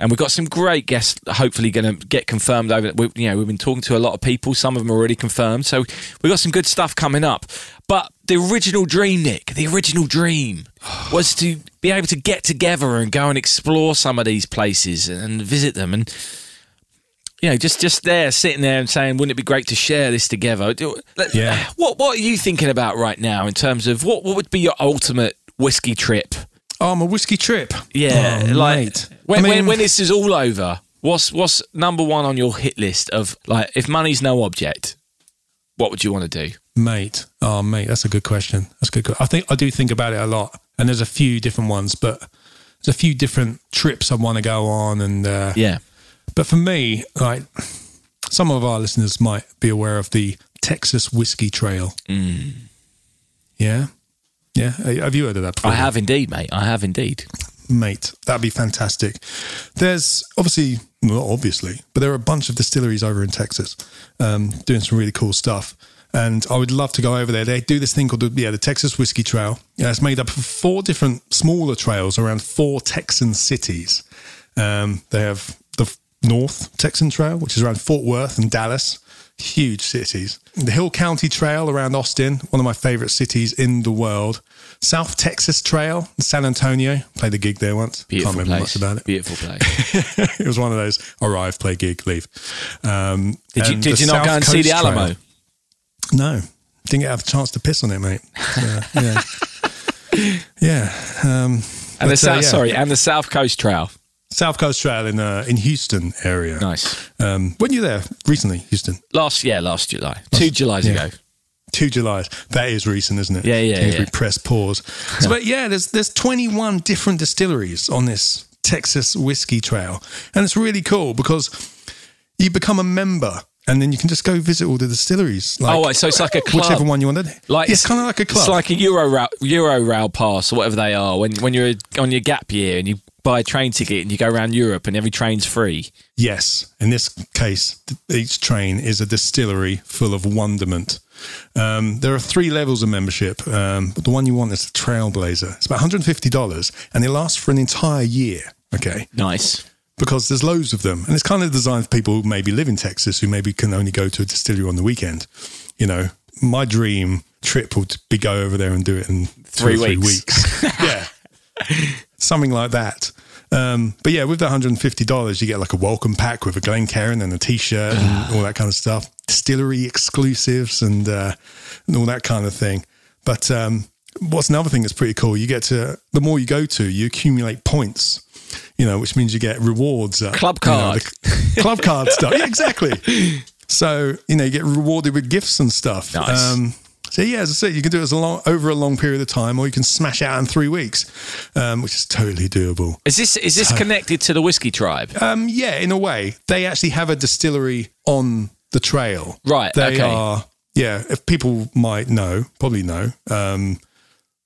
Speaker 2: And we've got some great guests, hopefully going to get confirmed over. We, you know, we've been talking to a lot of people. Some of them are already confirmed, so we've got some good stuff coming up. But the original dream, Nick, the original dream was to be able to get together and go and explore some of these places and visit them and you know, just just there, sitting there and saying, "Wouldn't it be great to share this together?" Do- let-
Speaker 1: Yeah.
Speaker 2: What What are you thinking about right now in terms of what What would be your ultimate whiskey trip?
Speaker 1: Oh, my whiskey trip.
Speaker 2: Yeah,
Speaker 1: Oh,
Speaker 2: like
Speaker 1: mate.
Speaker 2: when,
Speaker 1: I mean-
Speaker 2: when when this is all over, what's what's number one on your hit list of like if money's no object, what would you want to do?
Speaker 1: Mate, oh mate, that's a good question. That's a good. que- I think I do think about it a lot, and there's a few different ones, but there's a few different trips I want to go on, and uh,
Speaker 2: Yeah,
Speaker 1: But for me, like some of our listeners might be aware of the Texas Whiskey Trail.
Speaker 2: Mm.
Speaker 1: Yeah, yeah. Uh, Have you heard of that? Before?
Speaker 2: I have indeed, mate. I have indeed.
Speaker 1: mate. That'd be fantastic. There's obviously, not obviously, but there are a bunch of distilleries over in Texas um, doing some really cool stuff. And I would love to go over there. They do this thing called the, yeah, the Texas Whiskey Trail. Yeah, it's made up of four different smaller trails around four Texan cities. Um, they have the f- North Texan Trail, which is around Fort Worth and Dallas, huge cities. The Hill County Trail around Austin, one of my favorite cities in the world. South Texas Trail in San Antonio, played a gig there once.
Speaker 2: Beautiful
Speaker 1: Can't remember
Speaker 2: place.
Speaker 1: much about it.
Speaker 2: Beautiful
Speaker 1: *laughs*
Speaker 2: place.
Speaker 1: it was one of those arrive, play gig, leave. Um,
Speaker 2: Did you
Speaker 1: and
Speaker 2: Did
Speaker 1: the
Speaker 2: you not
Speaker 1: South
Speaker 2: go and see
Speaker 1: Coast
Speaker 2: the Alamo?
Speaker 1: Trail- no, didn't get have a chance to piss on it, mate. So,
Speaker 2: *laughs*
Speaker 1: yeah. yeah. Um,
Speaker 2: And
Speaker 1: but, uh,
Speaker 2: the South,
Speaker 1: yeah.
Speaker 2: sorry, and the South Coast Trail.
Speaker 1: South Coast Trail in uh, in Houston area.
Speaker 2: Nice.
Speaker 1: Um, when you there recently, Houston?
Speaker 2: Last yeah, last July, two Julys
Speaker 1: yeah.
Speaker 2: ago.
Speaker 1: Two Julys. That is recent, isn't it?
Speaker 2: Yeah, yeah,
Speaker 1: Kingsbury
Speaker 2: yeah.
Speaker 1: Press
Speaker 2: *laughs*
Speaker 1: pause. So, but yeah, there's there's 21 different distilleries on this Texas whiskey trail, and it's really cool because you become a member. And then you can just go visit all the distilleries. Like,
Speaker 2: Oh, right, so it's like a
Speaker 1: Whichever
Speaker 2: club.
Speaker 1: one you want. to-
Speaker 2: Like
Speaker 1: it's kind of like a club.
Speaker 2: It's like a Euro rail, Euro rail pass or whatever they are. When when you're on your gap year and you buy a train ticket and you go around Europe and every train's free.
Speaker 1: Yes. In this case, th- each train is a distillery full of wonderment. Um, there are three levels of membership, um, but the one you want is the Trailblazer. It's about $150 and it lasts for an entire year. Okay.
Speaker 2: Nice.
Speaker 1: Because there's loads of them. And it's kind of designed for people who maybe live in Texas, who maybe can only go to a distillery on the weekend. You know, my dream trip would be go over there and do it in
Speaker 2: Three
Speaker 1: two or
Speaker 2: weeks.
Speaker 1: weeks. yeah. Something like that. Um, but yeah, with the $150, you get like a welcome pack with a Glencairn and a t-shirt and
Speaker 2: *sighs*
Speaker 1: all that kind of stuff, distillery exclusives and, uh, and all that kind of thing. But um, what's another thing that's pretty cool? You get to, the more you go to, you accumulate points, you know, which means you get rewards. uh,
Speaker 2: Club
Speaker 1: you know,
Speaker 2: card.
Speaker 1: the *laughs* club card stuff. Yeah,
Speaker 2: *laughs*
Speaker 1: exactly. So, you know, you get rewarded with gifts and stuff. Um,
Speaker 2: Nice.
Speaker 1: so yeah, as I said, you can do it as a long, over a long period of time, or you can smash out in three weeks, um, which is totally doable.
Speaker 2: Is this is this connected to the whiskey tribe?
Speaker 1: Um, yeah, in a way, they actually have a distillery on the trail.
Speaker 2: Right,
Speaker 1: They
Speaker 2: okay.
Speaker 1: are. Yeah. If people might know, probably know. Um,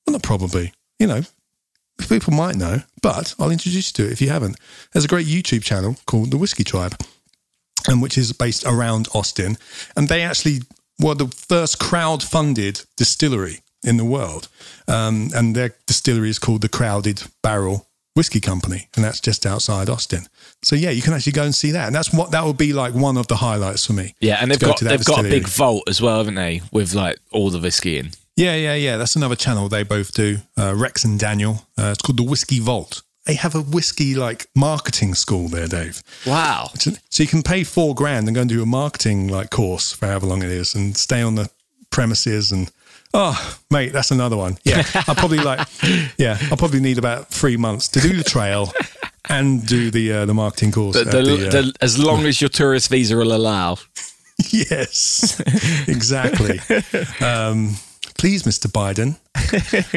Speaker 1: well, not probably. You know, people might know, but I'll introduce you to it if you haven't. There's a great YouTube channel called The Whiskey Tribe, and which is based around Austin, and they actually were the first crowd-funded distillery in the world, um, and their distillery is called the Crowded Barrel Whiskey Company, and that's just outside Austin. So yeah, you can actually go and see that, and that's what that would be like one of the highlights for me.
Speaker 2: yeah, and
Speaker 1: to
Speaker 2: they've
Speaker 1: go
Speaker 2: got
Speaker 1: to that
Speaker 2: they've got a
Speaker 1: distillery.
Speaker 2: big vault as well, haven't they? With like all the whiskey in.
Speaker 1: Yeah, yeah, yeah. That's another channel they both do. Uh, Rex and Daniel. Uh, it's called the Whiskey Vault. They have a whiskey like marketing school there, Dave.
Speaker 2: Wow.
Speaker 1: So, so you can pay four grand and go and do a marketing like course for however long it is, and stay on the premises and. Oh, mate, that's another one. Yeah, I'll probably like, yeah, I'll probably need about three months to do the trail and do the uh, the marketing course.
Speaker 2: The,
Speaker 1: at
Speaker 2: the,
Speaker 1: uh,
Speaker 2: the, as long as your tourist visa will allow.
Speaker 1: *laughs* Yes, exactly. um, please, Mr. Biden.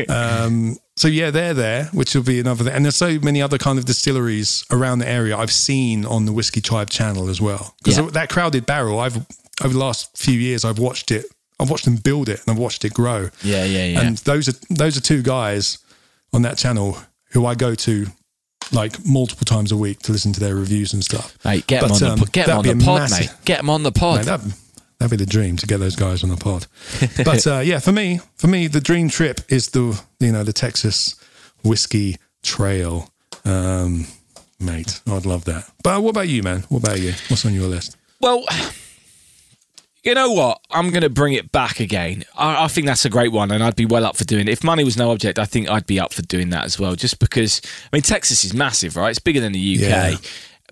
Speaker 1: Um, so yeah, they're there, which will be another. Thing. And there's so many other kind of distilleries around the area I've seen on the Whiskey Tribe channel as well. Because
Speaker 2: Yeah.
Speaker 1: that crowded barrel, I've over the last few years, I've watched it. I've watched them build it, and I've watched it grow.
Speaker 2: Yeah, yeah, yeah.
Speaker 1: And those are those are two guys on that channel who I go to like multiple times a week to listen to their reviews and stuff.
Speaker 2: Mate, get
Speaker 1: But,
Speaker 2: them on
Speaker 1: um,
Speaker 2: the po- get 'em
Speaker 1: that'd
Speaker 2: on
Speaker 1: be
Speaker 2: the
Speaker 1: a
Speaker 2: pod,
Speaker 1: massive-
Speaker 2: mate. Get them on the pod.
Speaker 1: Mate, that, That'd be the dream to get those guys on the pod. But uh, yeah, for me, for me, the dream trip is the you know the Texas whiskey trail, um, mate. I'd love that. But what about you, man? What about you? What's on your list?
Speaker 2: Well, *sighs* you know what? I'm going to bring it back again. I, I think that's a great one, and I'd be well up for doing it. If money was no object, I think I'd be up for doing that as well, just because, I mean, Texas is massive, right? It's bigger than the UK.
Speaker 1: Yeah.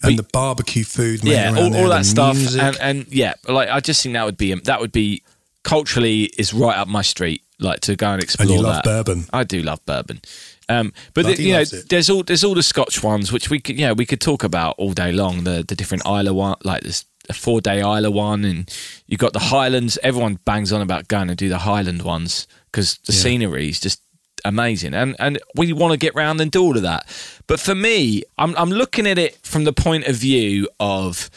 Speaker 1: And the barbecue food, man,
Speaker 2: yeah,
Speaker 1: around
Speaker 2: all,
Speaker 1: there,
Speaker 2: all
Speaker 1: the
Speaker 2: that stuff,
Speaker 1: music.
Speaker 2: and, and yeah, like I just think that would be that would be culturally is right up my street. Like to go and explore.
Speaker 1: love
Speaker 2: that.
Speaker 1: bourbon.
Speaker 2: I do love bourbon, um,
Speaker 1: Mm.
Speaker 2: but
Speaker 1: Bloody
Speaker 2: the, you know,
Speaker 1: loves it.
Speaker 2: there's all there's all the Scotch ones which we could yeah we could talk about all day long. The the different Isla one like this a four day Isla one, and you've got the Highlands. Everyone bangs on about going and do the Highland ones because the scenery is just amazing, and and we want to get round and do all of that. But for me, I'm I'm looking at it from the point of view of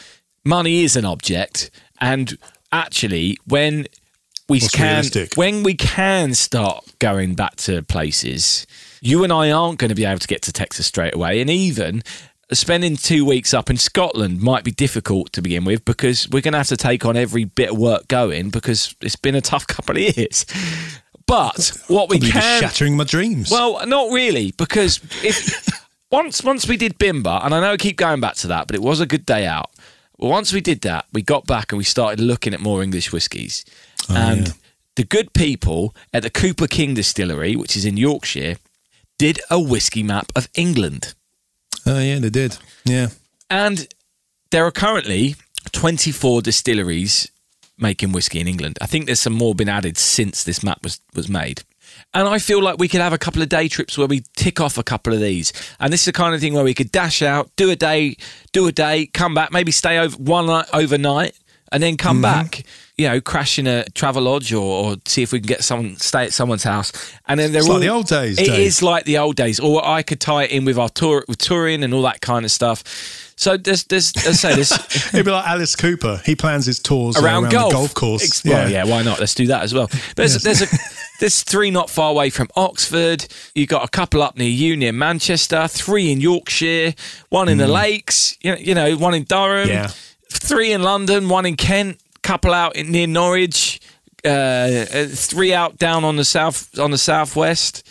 Speaker 2: money is an object, and actually when we
Speaker 1: What's
Speaker 2: can
Speaker 1: realistic?
Speaker 2: when we can start going back to places, you and I aren't going to be able to get to Texas straight away. And even spending two weeks up in Scotland might be difficult to begin with because we're going to have to take on every bit of work going because it's been a tough *laughs* couple of years. But what we
Speaker 1: Probably
Speaker 2: can
Speaker 1: be shattering my dreams.
Speaker 2: well, not really, because if once once we did Bimba, and I know I keep going back to that, but it was a good day out. Well, once we did that, we got back and we started looking at more English whiskies, and the good people at the Cooper King Distillery, which is in Yorkshire, did a whiskey map of England,
Speaker 1: oh yeah, they did. Yeah,
Speaker 2: and there are currently twenty four distilleries making whiskey in England. I think there's some more been added since this map was, was made. And I feel like we could have a couple of day trips where we tick off a couple of these. And this is the kind of thing where we could dash out, do a day, do a day, come back, maybe stay over one night overnight and then
Speaker 1: Mm-hmm.
Speaker 2: come back, you know, crash in a travel lodge or, or see if we can get someone stay at someone's house. And then they're
Speaker 1: It's
Speaker 2: all
Speaker 1: like the old days,
Speaker 2: It
Speaker 1: Dave.
Speaker 2: is like the old days. Or I could tie it in with our tour with touring and all that kind of stuff. So there's there's let's
Speaker 1: *laughs*
Speaker 2: say this
Speaker 1: it'd be like Alice Cooper. He plans his tours uh,
Speaker 2: around, golf.
Speaker 1: the golf course.
Speaker 2: Ex- well, yeah. why not? Let's do that as well. There's
Speaker 1: *laughs*
Speaker 2: there's a there's three not far away from Oxford. You got a couple up near you near Manchester, three in Yorkshire, one in the Lakes, you know, you know, one in Durham,
Speaker 1: Hmm. Yeah.
Speaker 2: three in London, one in Kent, couple out in, near Norwich, uh, uh, three out down on the south on the southwest,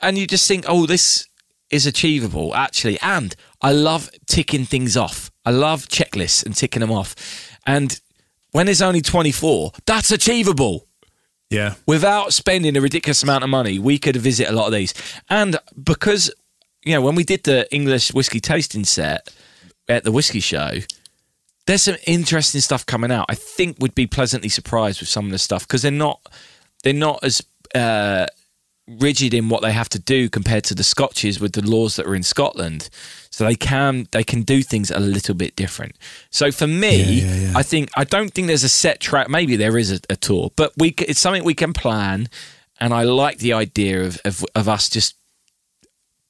Speaker 2: and you just think, oh, this is achievable actually. And I love ticking things off. I love checklists and ticking them off. And when there's only 24, that's achievable.
Speaker 1: yeah.
Speaker 2: Without spending a ridiculous amount of money, we could visit a lot of these. And because, you know, when we did the English whiskey tasting set at the whiskey show, there's some interesting stuff coming out. I think would be pleasantly surprised with some of the stuff because they're not they're not as uh, rigid in what they have to do compared to the Scotches with the laws that are in Scotland. So they can they can do things a little bit different. So for me,
Speaker 1: yeah, yeah.
Speaker 2: I think I don't think there's a set track. Maybe there is a, a tour, but we c- it's something we can plan. And I like the idea of of, of us just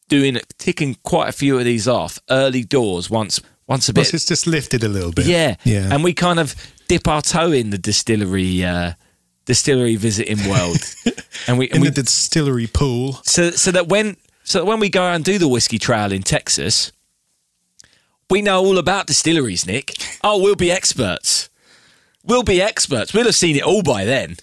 Speaker 2: doing ticking quite a few of these off early doors once once a bit
Speaker 1: Plus, it's just lifted a little bit.
Speaker 2: yeah.
Speaker 1: yeah.
Speaker 2: And we kind of dip our toe in the distillery uh, distillery visiting
Speaker 1: *laughs*
Speaker 2: world. and we, and
Speaker 1: in
Speaker 2: we
Speaker 1: the distillery pool.
Speaker 2: so so that when so that when we go out and do the whiskey trail in Texas, we know all about distilleries, Nick. Oh, we'll be experts. We'll be experts. We'll have seen it all by then.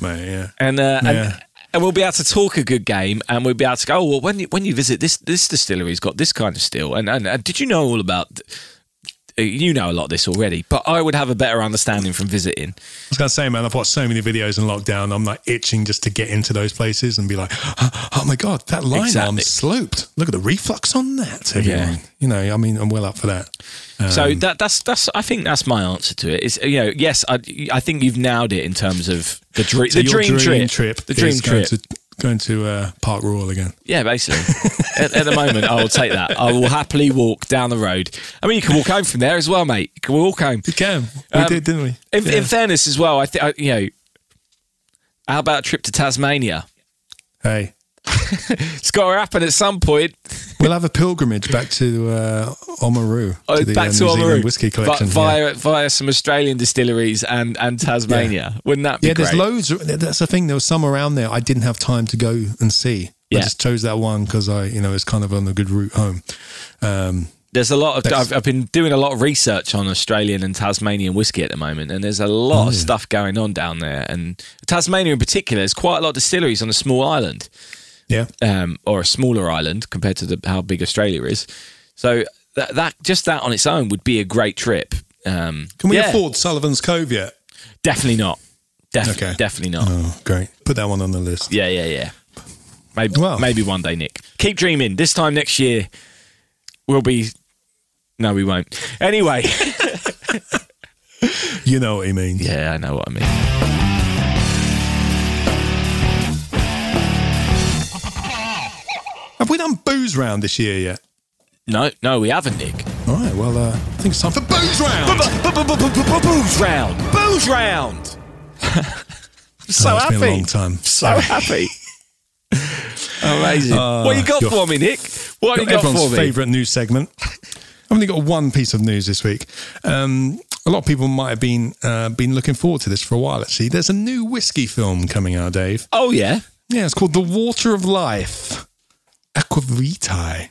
Speaker 1: Mate, yeah.
Speaker 2: And uh,
Speaker 1: Yeah.
Speaker 2: and, and we'll be able to talk a good game, and we'll be able to go. Oh, well, when you when you visit this this distillery's got this kind of still, and and, and did you know all about? uh, You know a lot of this already, but I would have a better understanding from visiting.
Speaker 1: I was gonna say, man, I've watched so many videos in lockdown. I'm like itching just to get into those places and be like, *gasps* oh, oh my god, that line
Speaker 2: Exactly.
Speaker 1: arm's sloped. Look at the reflux on that. Everyone, you know, I mean, I'm well up for that.
Speaker 2: so
Speaker 1: Um,
Speaker 2: that that's that's I think that's my answer to it. Is you know yes, I I think you've nailed it in terms of the, dre-
Speaker 1: So
Speaker 2: the
Speaker 1: your
Speaker 2: dream,
Speaker 1: dream
Speaker 2: the dream
Speaker 1: is
Speaker 2: trip.
Speaker 1: Going to, going to uh, Park Royal again.
Speaker 2: Yeah, basically. *laughs* at, at the moment, I will take that. I will happily walk down the road. I mean, you can walk home from there as well, mate. You can walk home.
Speaker 1: We can. We
Speaker 2: Um,
Speaker 1: did, didn't we?
Speaker 2: In,
Speaker 1: Yeah.
Speaker 2: in fairness, as well, I think you know. How about a trip to Tasmania?
Speaker 1: hey,
Speaker 2: It's got to happen at some point.
Speaker 1: we'll have a pilgrimage back to uh, Oamaru,
Speaker 2: Oh,
Speaker 1: to the
Speaker 2: back
Speaker 1: uh,
Speaker 2: to
Speaker 1: New
Speaker 2: Oamaru
Speaker 1: Zealand whiskey
Speaker 2: vi-
Speaker 1: collection. yeah.
Speaker 2: via via some Australian distilleries and and Tasmania. Wouldn't that be
Speaker 1: Yeah,
Speaker 2: great?
Speaker 1: there's loads. That's the thing. There was some around there I didn't have time to go and see.
Speaker 2: Yeah.
Speaker 1: I just chose that one because I, you know, it's kind of on the good route home. Um,
Speaker 2: There's a lot of
Speaker 1: Thanks.
Speaker 2: I've, I've been doing a lot of research on Australian and Tasmanian whiskey at the moment, and there's a
Speaker 1: Oh,
Speaker 2: lot of stuff going on down there. And Tasmania in particular, there's quite a lot of distilleries on a small island,
Speaker 1: Yeah.
Speaker 2: um, or a smaller island compared to the, how big Australia is. So that, that just that on its own would be a great trip. Um,
Speaker 1: Can we
Speaker 2: yeah,
Speaker 1: afford Sullivan's Cove yet?
Speaker 2: Definitely not. Def-
Speaker 1: Okay.
Speaker 2: Definitely not.
Speaker 1: Oh, great. Put that one on the list.
Speaker 2: Yeah, yeah, yeah. Maybe
Speaker 1: Well.
Speaker 2: maybe one day, Nick. Keep dreaming. This time next year, we'll be. No, we won't.
Speaker 1: *laughs*
Speaker 2: Anyway.
Speaker 1: You know what he means.
Speaker 2: yeah, I know what I mean.
Speaker 1: Have we done booze round this year yet?
Speaker 2: No, no, we haven't, Nick.
Speaker 1: All right. Well, uh, I think it's time for booze round.
Speaker 2: Booze round.
Speaker 1: *laughs*
Speaker 2: Booze round. I'm so
Speaker 1: Oh, it's been a
Speaker 2: happy.
Speaker 1: long time.
Speaker 2: So happy.
Speaker 1: *laughs*
Speaker 2: Amazing. what you got
Speaker 1: Uh, your-
Speaker 2: for me, Nick? What you got
Speaker 1: Oh, everyone's
Speaker 2: for me?
Speaker 1: favourite news segment. I've only got one piece of news this week. Um, a lot of people might have been uh, been looking forward to this for a while. Actually, there's a new whiskey film coming out, Dave.
Speaker 2: Oh yeah,
Speaker 1: Yeah, it's called The Water of Life, Aquavitae.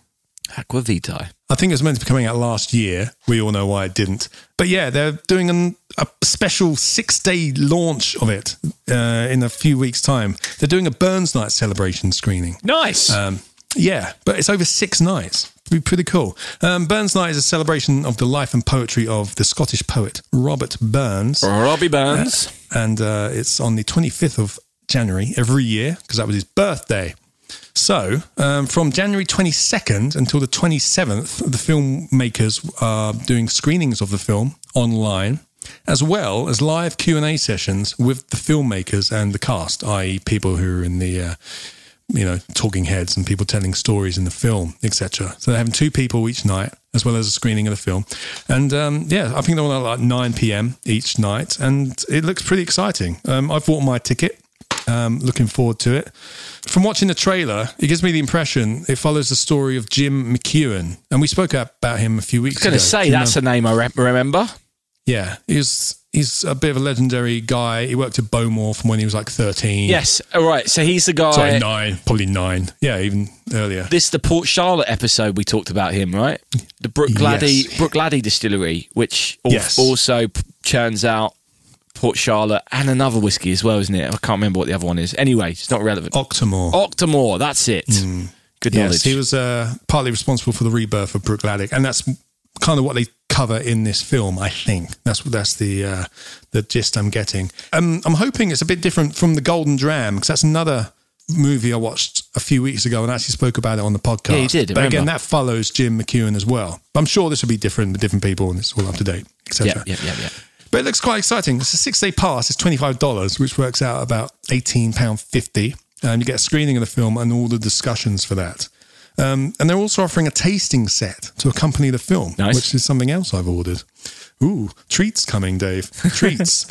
Speaker 2: aqua vitae.
Speaker 1: I think it was meant to be coming out last year. We all know why it didn't. But yeah, they're doing an, a special six day launch of it uh, in a few weeks' time. They're doing a Burns Night celebration screening.
Speaker 2: Nice.
Speaker 1: Um, yeah, but it's over six nights. It'd be pretty cool. Um, Burns Night is a celebration of the life and poetry of the Scottish poet Robert Burns,
Speaker 2: Robbie Burns.
Speaker 1: and uh, it's on the 25th of January every year because that was his birthday. So, um, from January 22nd until the 27th, the filmmakers are doing screenings of the film online, as well as live Q and A sessions with the filmmakers and the cast, i.e., people who are in the uh, you know, talking heads and people telling stories in the film, etc. So they're having two people each night, as well as a screening of the film. And um, yeah, I think they're on at like 9 p.m. each night, and it looks pretty exciting. Um, I've bought my ticket. Um, looking forward to it. From watching the trailer, it gives me the impression it follows the story of Jim McEwen, and we spoke about him a few weeks
Speaker 2: I was going
Speaker 1: ago.
Speaker 2: to say
Speaker 1: Do you
Speaker 2: that's a name I re- remember.
Speaker 1: yeah, he's he's a bit of a legendary guy. He worked at Bowmore from when he was like thirteen.
Speaker 2: Yes. All right. So he's the guy.
Speaker 1: sorry, nine, probably nine. Yeah, even earlier.
Speaker 2: this the Port Charlotte episode we talked about him, right? The Brook Laddie
Speaker 1: Yes.
Speaker 2: Brook Laddie Distillery, which al-
Speaker 1: Yes.
Speaker 2: also p- churns out Port Charlotte and another whiskey as well, isn't it? I can't remember what the other one is. Anyway, it's not relevant.
Speaker 1: Octomore.
Speaker 2: Octomore, that's it. Good
Speaker 1: Oh. Hmm. Yes,
Speaker 2: knowledge.
Speaker 1: he was uh, partly responsible for the rebirth of Brook Laddick, and that's kind of what they cover in this film. I think that's that's the uh, the gist I'm getting. Um, I'm hoping it's a bit different from the Golden Dram because that's another movie I watched a few weeks ago and actually spoke about it on the podcast.
Speaker 2: Yeah, you did, I
Speaker 1: But again,
Speaker 2: remember.
Speaker 1: that follows Jim McEwen as well. But I'm sure this will be different with different people, and it's all up to date, etc.
Speaker 2: yeah, yeah, yeah, yeah.
Speaker 1: But it looks quite exciting. It's a six day pass. It's twenty five dollars, which works out about eighteen pound fifty, and you get a screening of the film and all the discussions for that. Um, and they're also offering a tasting set to accompany the film,
Speaker 2: Nice.
Speaker 1: which is something else I've ordered. Ooh, treats coming, Dave. Treats.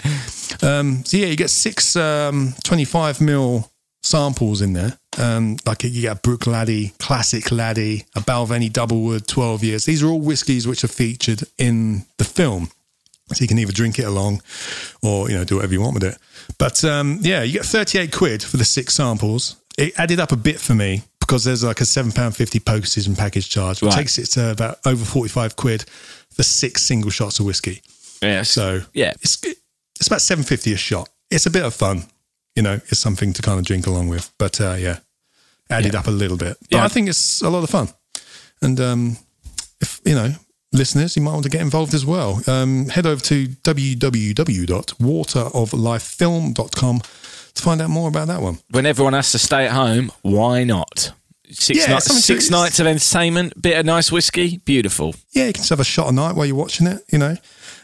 Speaker 1: um, so yeah, you get six um, 25 mil samples in there. Um, like you get a Brook Laddie, Classic Laddie, a Balvenie Doublewood, 12 years. These are all whiskies which are featured in the film. So you can either drink it along or, you know, do whatever you want with it. But um, yeah, you get 38 quid for the six samples. It added up a bit for me because there's like a £7.50 postage and package charge, which
Speaker 2: Right.
Speaker 1: takes it to about over 45 quid for six single shots of whiskey.
Speaker 2: yeah,
Speaker 1: So
Speaker 2: yeah.
Speaker 1: it's, it's about 750 a shot. It's a bit of fun. You know, it's something to kind of drink along with. But uh, yeah, added up a little bit. But
Speaker 2: Yeah.
Speaker 1: I think it's a lot of fun. And um, if you know listeners you might want to get involved as well um, head over to www.wateroflifefilm.com to find out more about that one
Speaker 2: When everyone has to stay at home, why not? Six,
Speaker 1: Yeah,
Speaker 2: nights,
Speaker 1: something to- Hmm.
Speaker 2: six nights of entertainment, bit of nice whiskey, beautiful.
Speaker 1: yeah you can just have a shot a night while you're watching it you know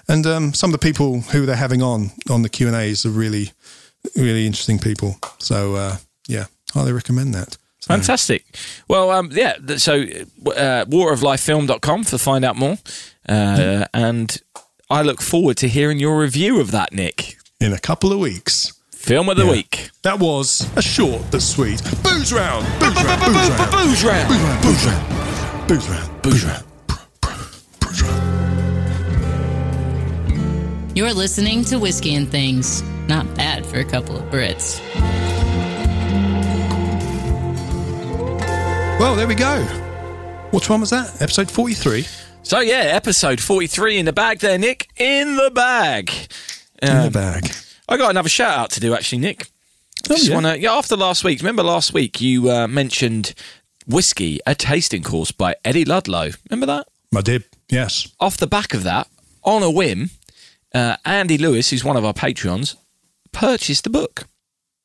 Speaker 1: and um, some of the people who they're having on on the q and a's are really really interesting people so uh, yeah highly recommend that
Speaker 2: Fantastic. Well, um, yeah, th- so uh, wateroflifefilm.com to find out more.
Speaker 1: Hmm.
Speaker 2: Uh, and I look forward to hearing your review of that, Nick.
Speaker 1: in a couple of weeks
Speaker 2: Film of the week.
Speaker 1: that was a short but sweet booze round booze round booze round
Speaker 2: Booze round.
Speaker 1: booze round booze round booze round booze round
Speaker 5: You're listening to Whiskey and Things. Not bad for a couple of Brits.
Speaker 1: Well, there we go. Which one was that? Episode 43.
Speaker 2: So yeah, episode forty-three in the bag. There, Nick, in the bag. Um,
Speaker 1: in the bag.
Speaker 2: I got another shout out to do actually, Nick.
Speaker 1: Oh,
Speaker 2: Just
Speaker 1: yeah.
Speaker 2: wanna- yeah, after last week, remember last week you uh, mentioned whiskey, a tasting course by Eddie Ludlow. Remember that?
Speaker 1: My dib. Yes.
Speaker 2: Off the back of that, on a whim, uh, Andy Lewis, who's one of our Patreons, purchased the book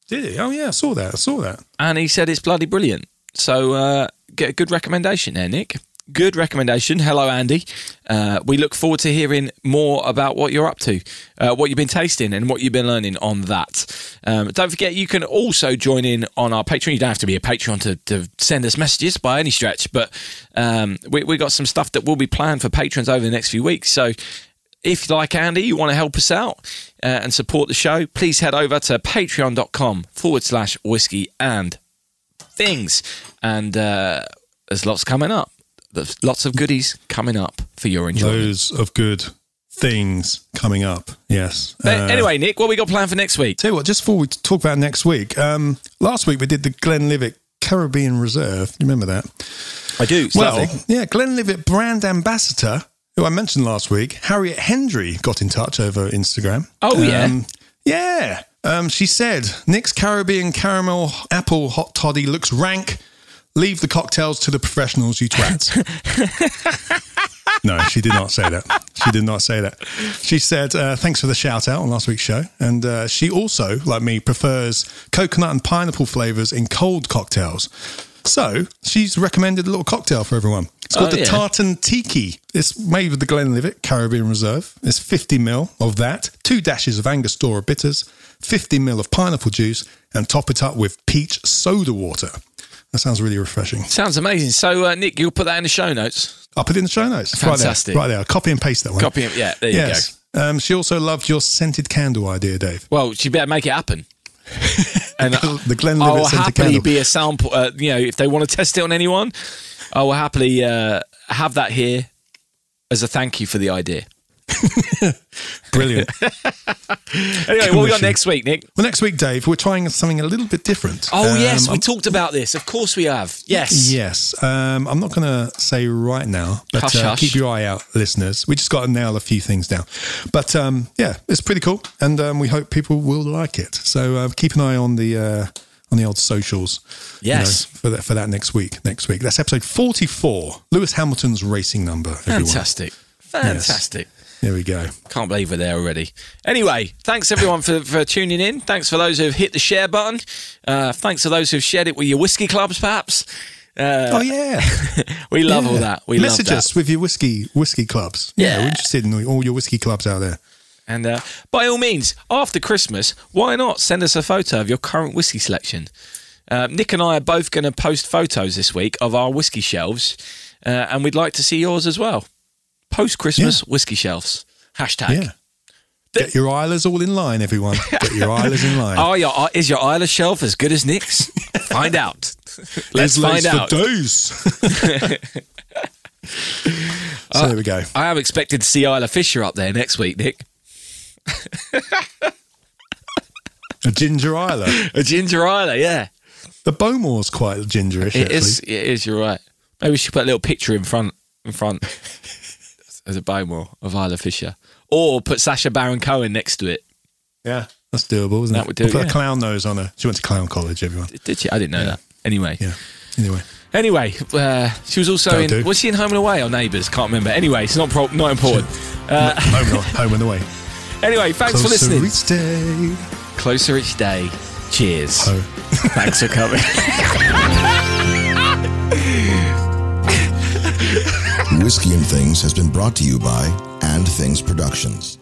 Speaker 1: Did he? Oh yeah, I saw that. I saw that.
Speaker 2: and he said it's bloody brilliant. So uh, get a good recommendation there, Nick. Good recommendation. Hello, Andy. Uh, we look forward to hearing more about what you're up to, uh, what you've been tasting, and what you've been learning on that. Um, don't forget, you can also join in on our Patreon. You don't have to be a Patreon to, to send us messages by any stretch, but um, we, we got some stuff that will be planned for patrons over the next few weeks. So if, like Andy, you want to help us out uh, and support the show, please head over to patreon.com forward slash whiskey and things. And uh, there's lots coming up. There's lots of goodies coming up for your enjoyment.
Speaker 1: Loads of good things coming up. Yes.
Speaker 2: But
Speaker 1: Uh,
Speaker 2: anyway, Nick, what we got planned for next week?
Speaker 1: Tell you what, just before we talk about next week, um, last week we did the Glenlivet Caribbean Reserve. You remember that?
Speaker 2: I do.
Speaker 1: Well, yeah, Glenlivet brand ambassador, who I mentioned last week, Harriet Hendry, got in touch over Instagram. Um,
Speaker 2: Oh, yeah.
Speaker 1: Yeah. Um, she said, Nick's Caribbean caramel apple hot toddy looks rank. Leave the cocktails to the professionals, you
Speaker 2: *laughs*
Speaker 1: twats. no, she did not say that. She did not say that. She said, uh, thanks for the shout out on last week's show. And uh, she also, like me, prefers coconut and pineapple flavors in cold cocktails. So she's recommended a little cocktail for everyone. It's called
Speaker 2: Oh,
Speaker 1: the
Speaker 2: yeah.
Speaker 1: Tartan Tiki. It's made with the Glenlivet Caribbean Reserve. It's 50 mil of that, two dashes of Angostura bitters, 50 mil of pineapple juice, and top it up with peach soda water. That sounds really refreshing.
Speaker 2: Sounds amazing. So, uh, Nick, you'll put that in the show notes.
Speaker 1: I'll put it in the show notes.
Speaker 2: Fantastic.
Speaker 1: Right there. Right there. Copy and paste that one.
Speaker 2: Copy it. Yeah, there you go.
Speaker 1: yes. Um, she also loved your scented candle idea, Dave.
Speaker 2: Well, you better make it happen. And *gasps*
Speaker 1: The Glenlivet
Speaker 2: I will
Speaker 1: Centre
Speaker 2: Oh, happily
Speaker 1: candle.
Speaker 2: be a sample. Uh, you know, if they want to test it on anyone, I will happily uh, have that here as a thank you for the idea. *laughs*
Speaker 1: Brilliant.
Speaker 2: Anyway, what we got
Speaker 1: Commission.
Speaker 2: next week, Nick?
Speaker 1: well, next week, Dave, we're trying something a little bit different.
Speaker 2: Oh
Speaker 1: Um,
Speaker 2: yes, we
Speaker 1: I'm-
Speaker 2: talked about this. Of course we have. Yes.
Speaker 1: Yes. Um, I'm not going to say right now, but
Speaker 2: Hush,
Speaker 1: uh,
Speaker 2: hush.
Speaker 1: keep your eye out, listeners. We just got to nail a few things down. But um, yeah, it's pretty cool, and um, we hope people will like it. So uh, keep an eye on the uh, on the old socials. you
Speaker 2: Yes.
Speaker 1: know, for that for that next week. Next week. That's episode 44. Lewis Hamilton's racing number. Everyone.
Speaker 2: Fantastic. Fantastic.
Speaker 1: There we go.
Speaker 2: Can't believe we're there already. Anyway, thanks everyone for, for tuning in. Thanks for those who've hit the share button. Uh, thanks for those who've shared it with your whiskey clubs, perhaps. Uh,
Speaker 1: oh yeah.
Speaker 2: We *laughs* love all
Speaker 1: Yeah.
Speaker 2: that. We
Speaker 1: message
Speaker 2: love that.
Speaker 1: us with your whiskey whiskey clubs. Yeah,
Speaker 2: Yeah.
Speaker 1: we're interested in all your whiskey clubs out there.
Speaker 2: And uh, by all means, after Christmas, why not send us a photo of your current whiskey selection? Uh, Nick and I are both going to post photos this week of our whiskey shelves, uh, and we'd like to see yours as well. Post Christmas whiskey shelves. Hashtag.
Speaker 1: Yeah. Get your Islas all in line, everyone.
Speaker 2: *laughs*
Speaker 1: Get your Islas in line.
Speaker 2: Are your, is your Isla shelf as good as Nick's? find out. Let's
Speaker 1: There's
Speaker 2: find
Speaker 1: loads
Speaker 2: out.
Speaker 1: for days.
Speaker 2: *laughs*
Speaker 1: so there we go.
Speaker 2: I am expected to see Isla Fisher up there next week, Nick.
Speaker 1: A ginger Isla.
Speaker 2: A ginger Isla, yeah.
Speaker 1: The Bowmore's quite gingerish.
Speaker 2: It is.
Speaker 1: actually.
Speaker 2: It is. You're right. Maybe we should put a little picture in front,
Speaker 1: *laughs*
Speaker 2: in front, as a Bowmore of Isla Fisher, or put Sasha Baron Cohen next to it.
Speaker 1: Yeah, that's doable, isn't
Speaker 2: That
Speaker 1: it?
Speaker 2: would do,
Speaker 1: We'll put
Speaker 2: yeah.
Speaker 1: a clown nose on her. She went to clown college, everyone.
Speaker 2: Did she? I didn't know that. Anyway,
Speaker 1: Yeah. Anyway,
Speaker 2: anyway, uh, she was also
Speaker 1: That'll
Speaker 2: in.
Speaker 1: do.
Speaker 2: Was she in Home and Away or Neighbours? Can't remember. Anyway, it's not pro- not important.
Speaker 1: home and home and away.
Speaker 2: Anyway, thanks for
Speaker 1: Closer
Speaker 2: listening.
Speaker 1: each day.
Speaker 2: Closer each day. Cheers.
Speaker 1: Oh.
Speaker 2: Thanks
Speaker 1: *laughs*
Speaker 2: for coming.
Speaker 6: Whiskey and Things has been brought to you by And Things Productions.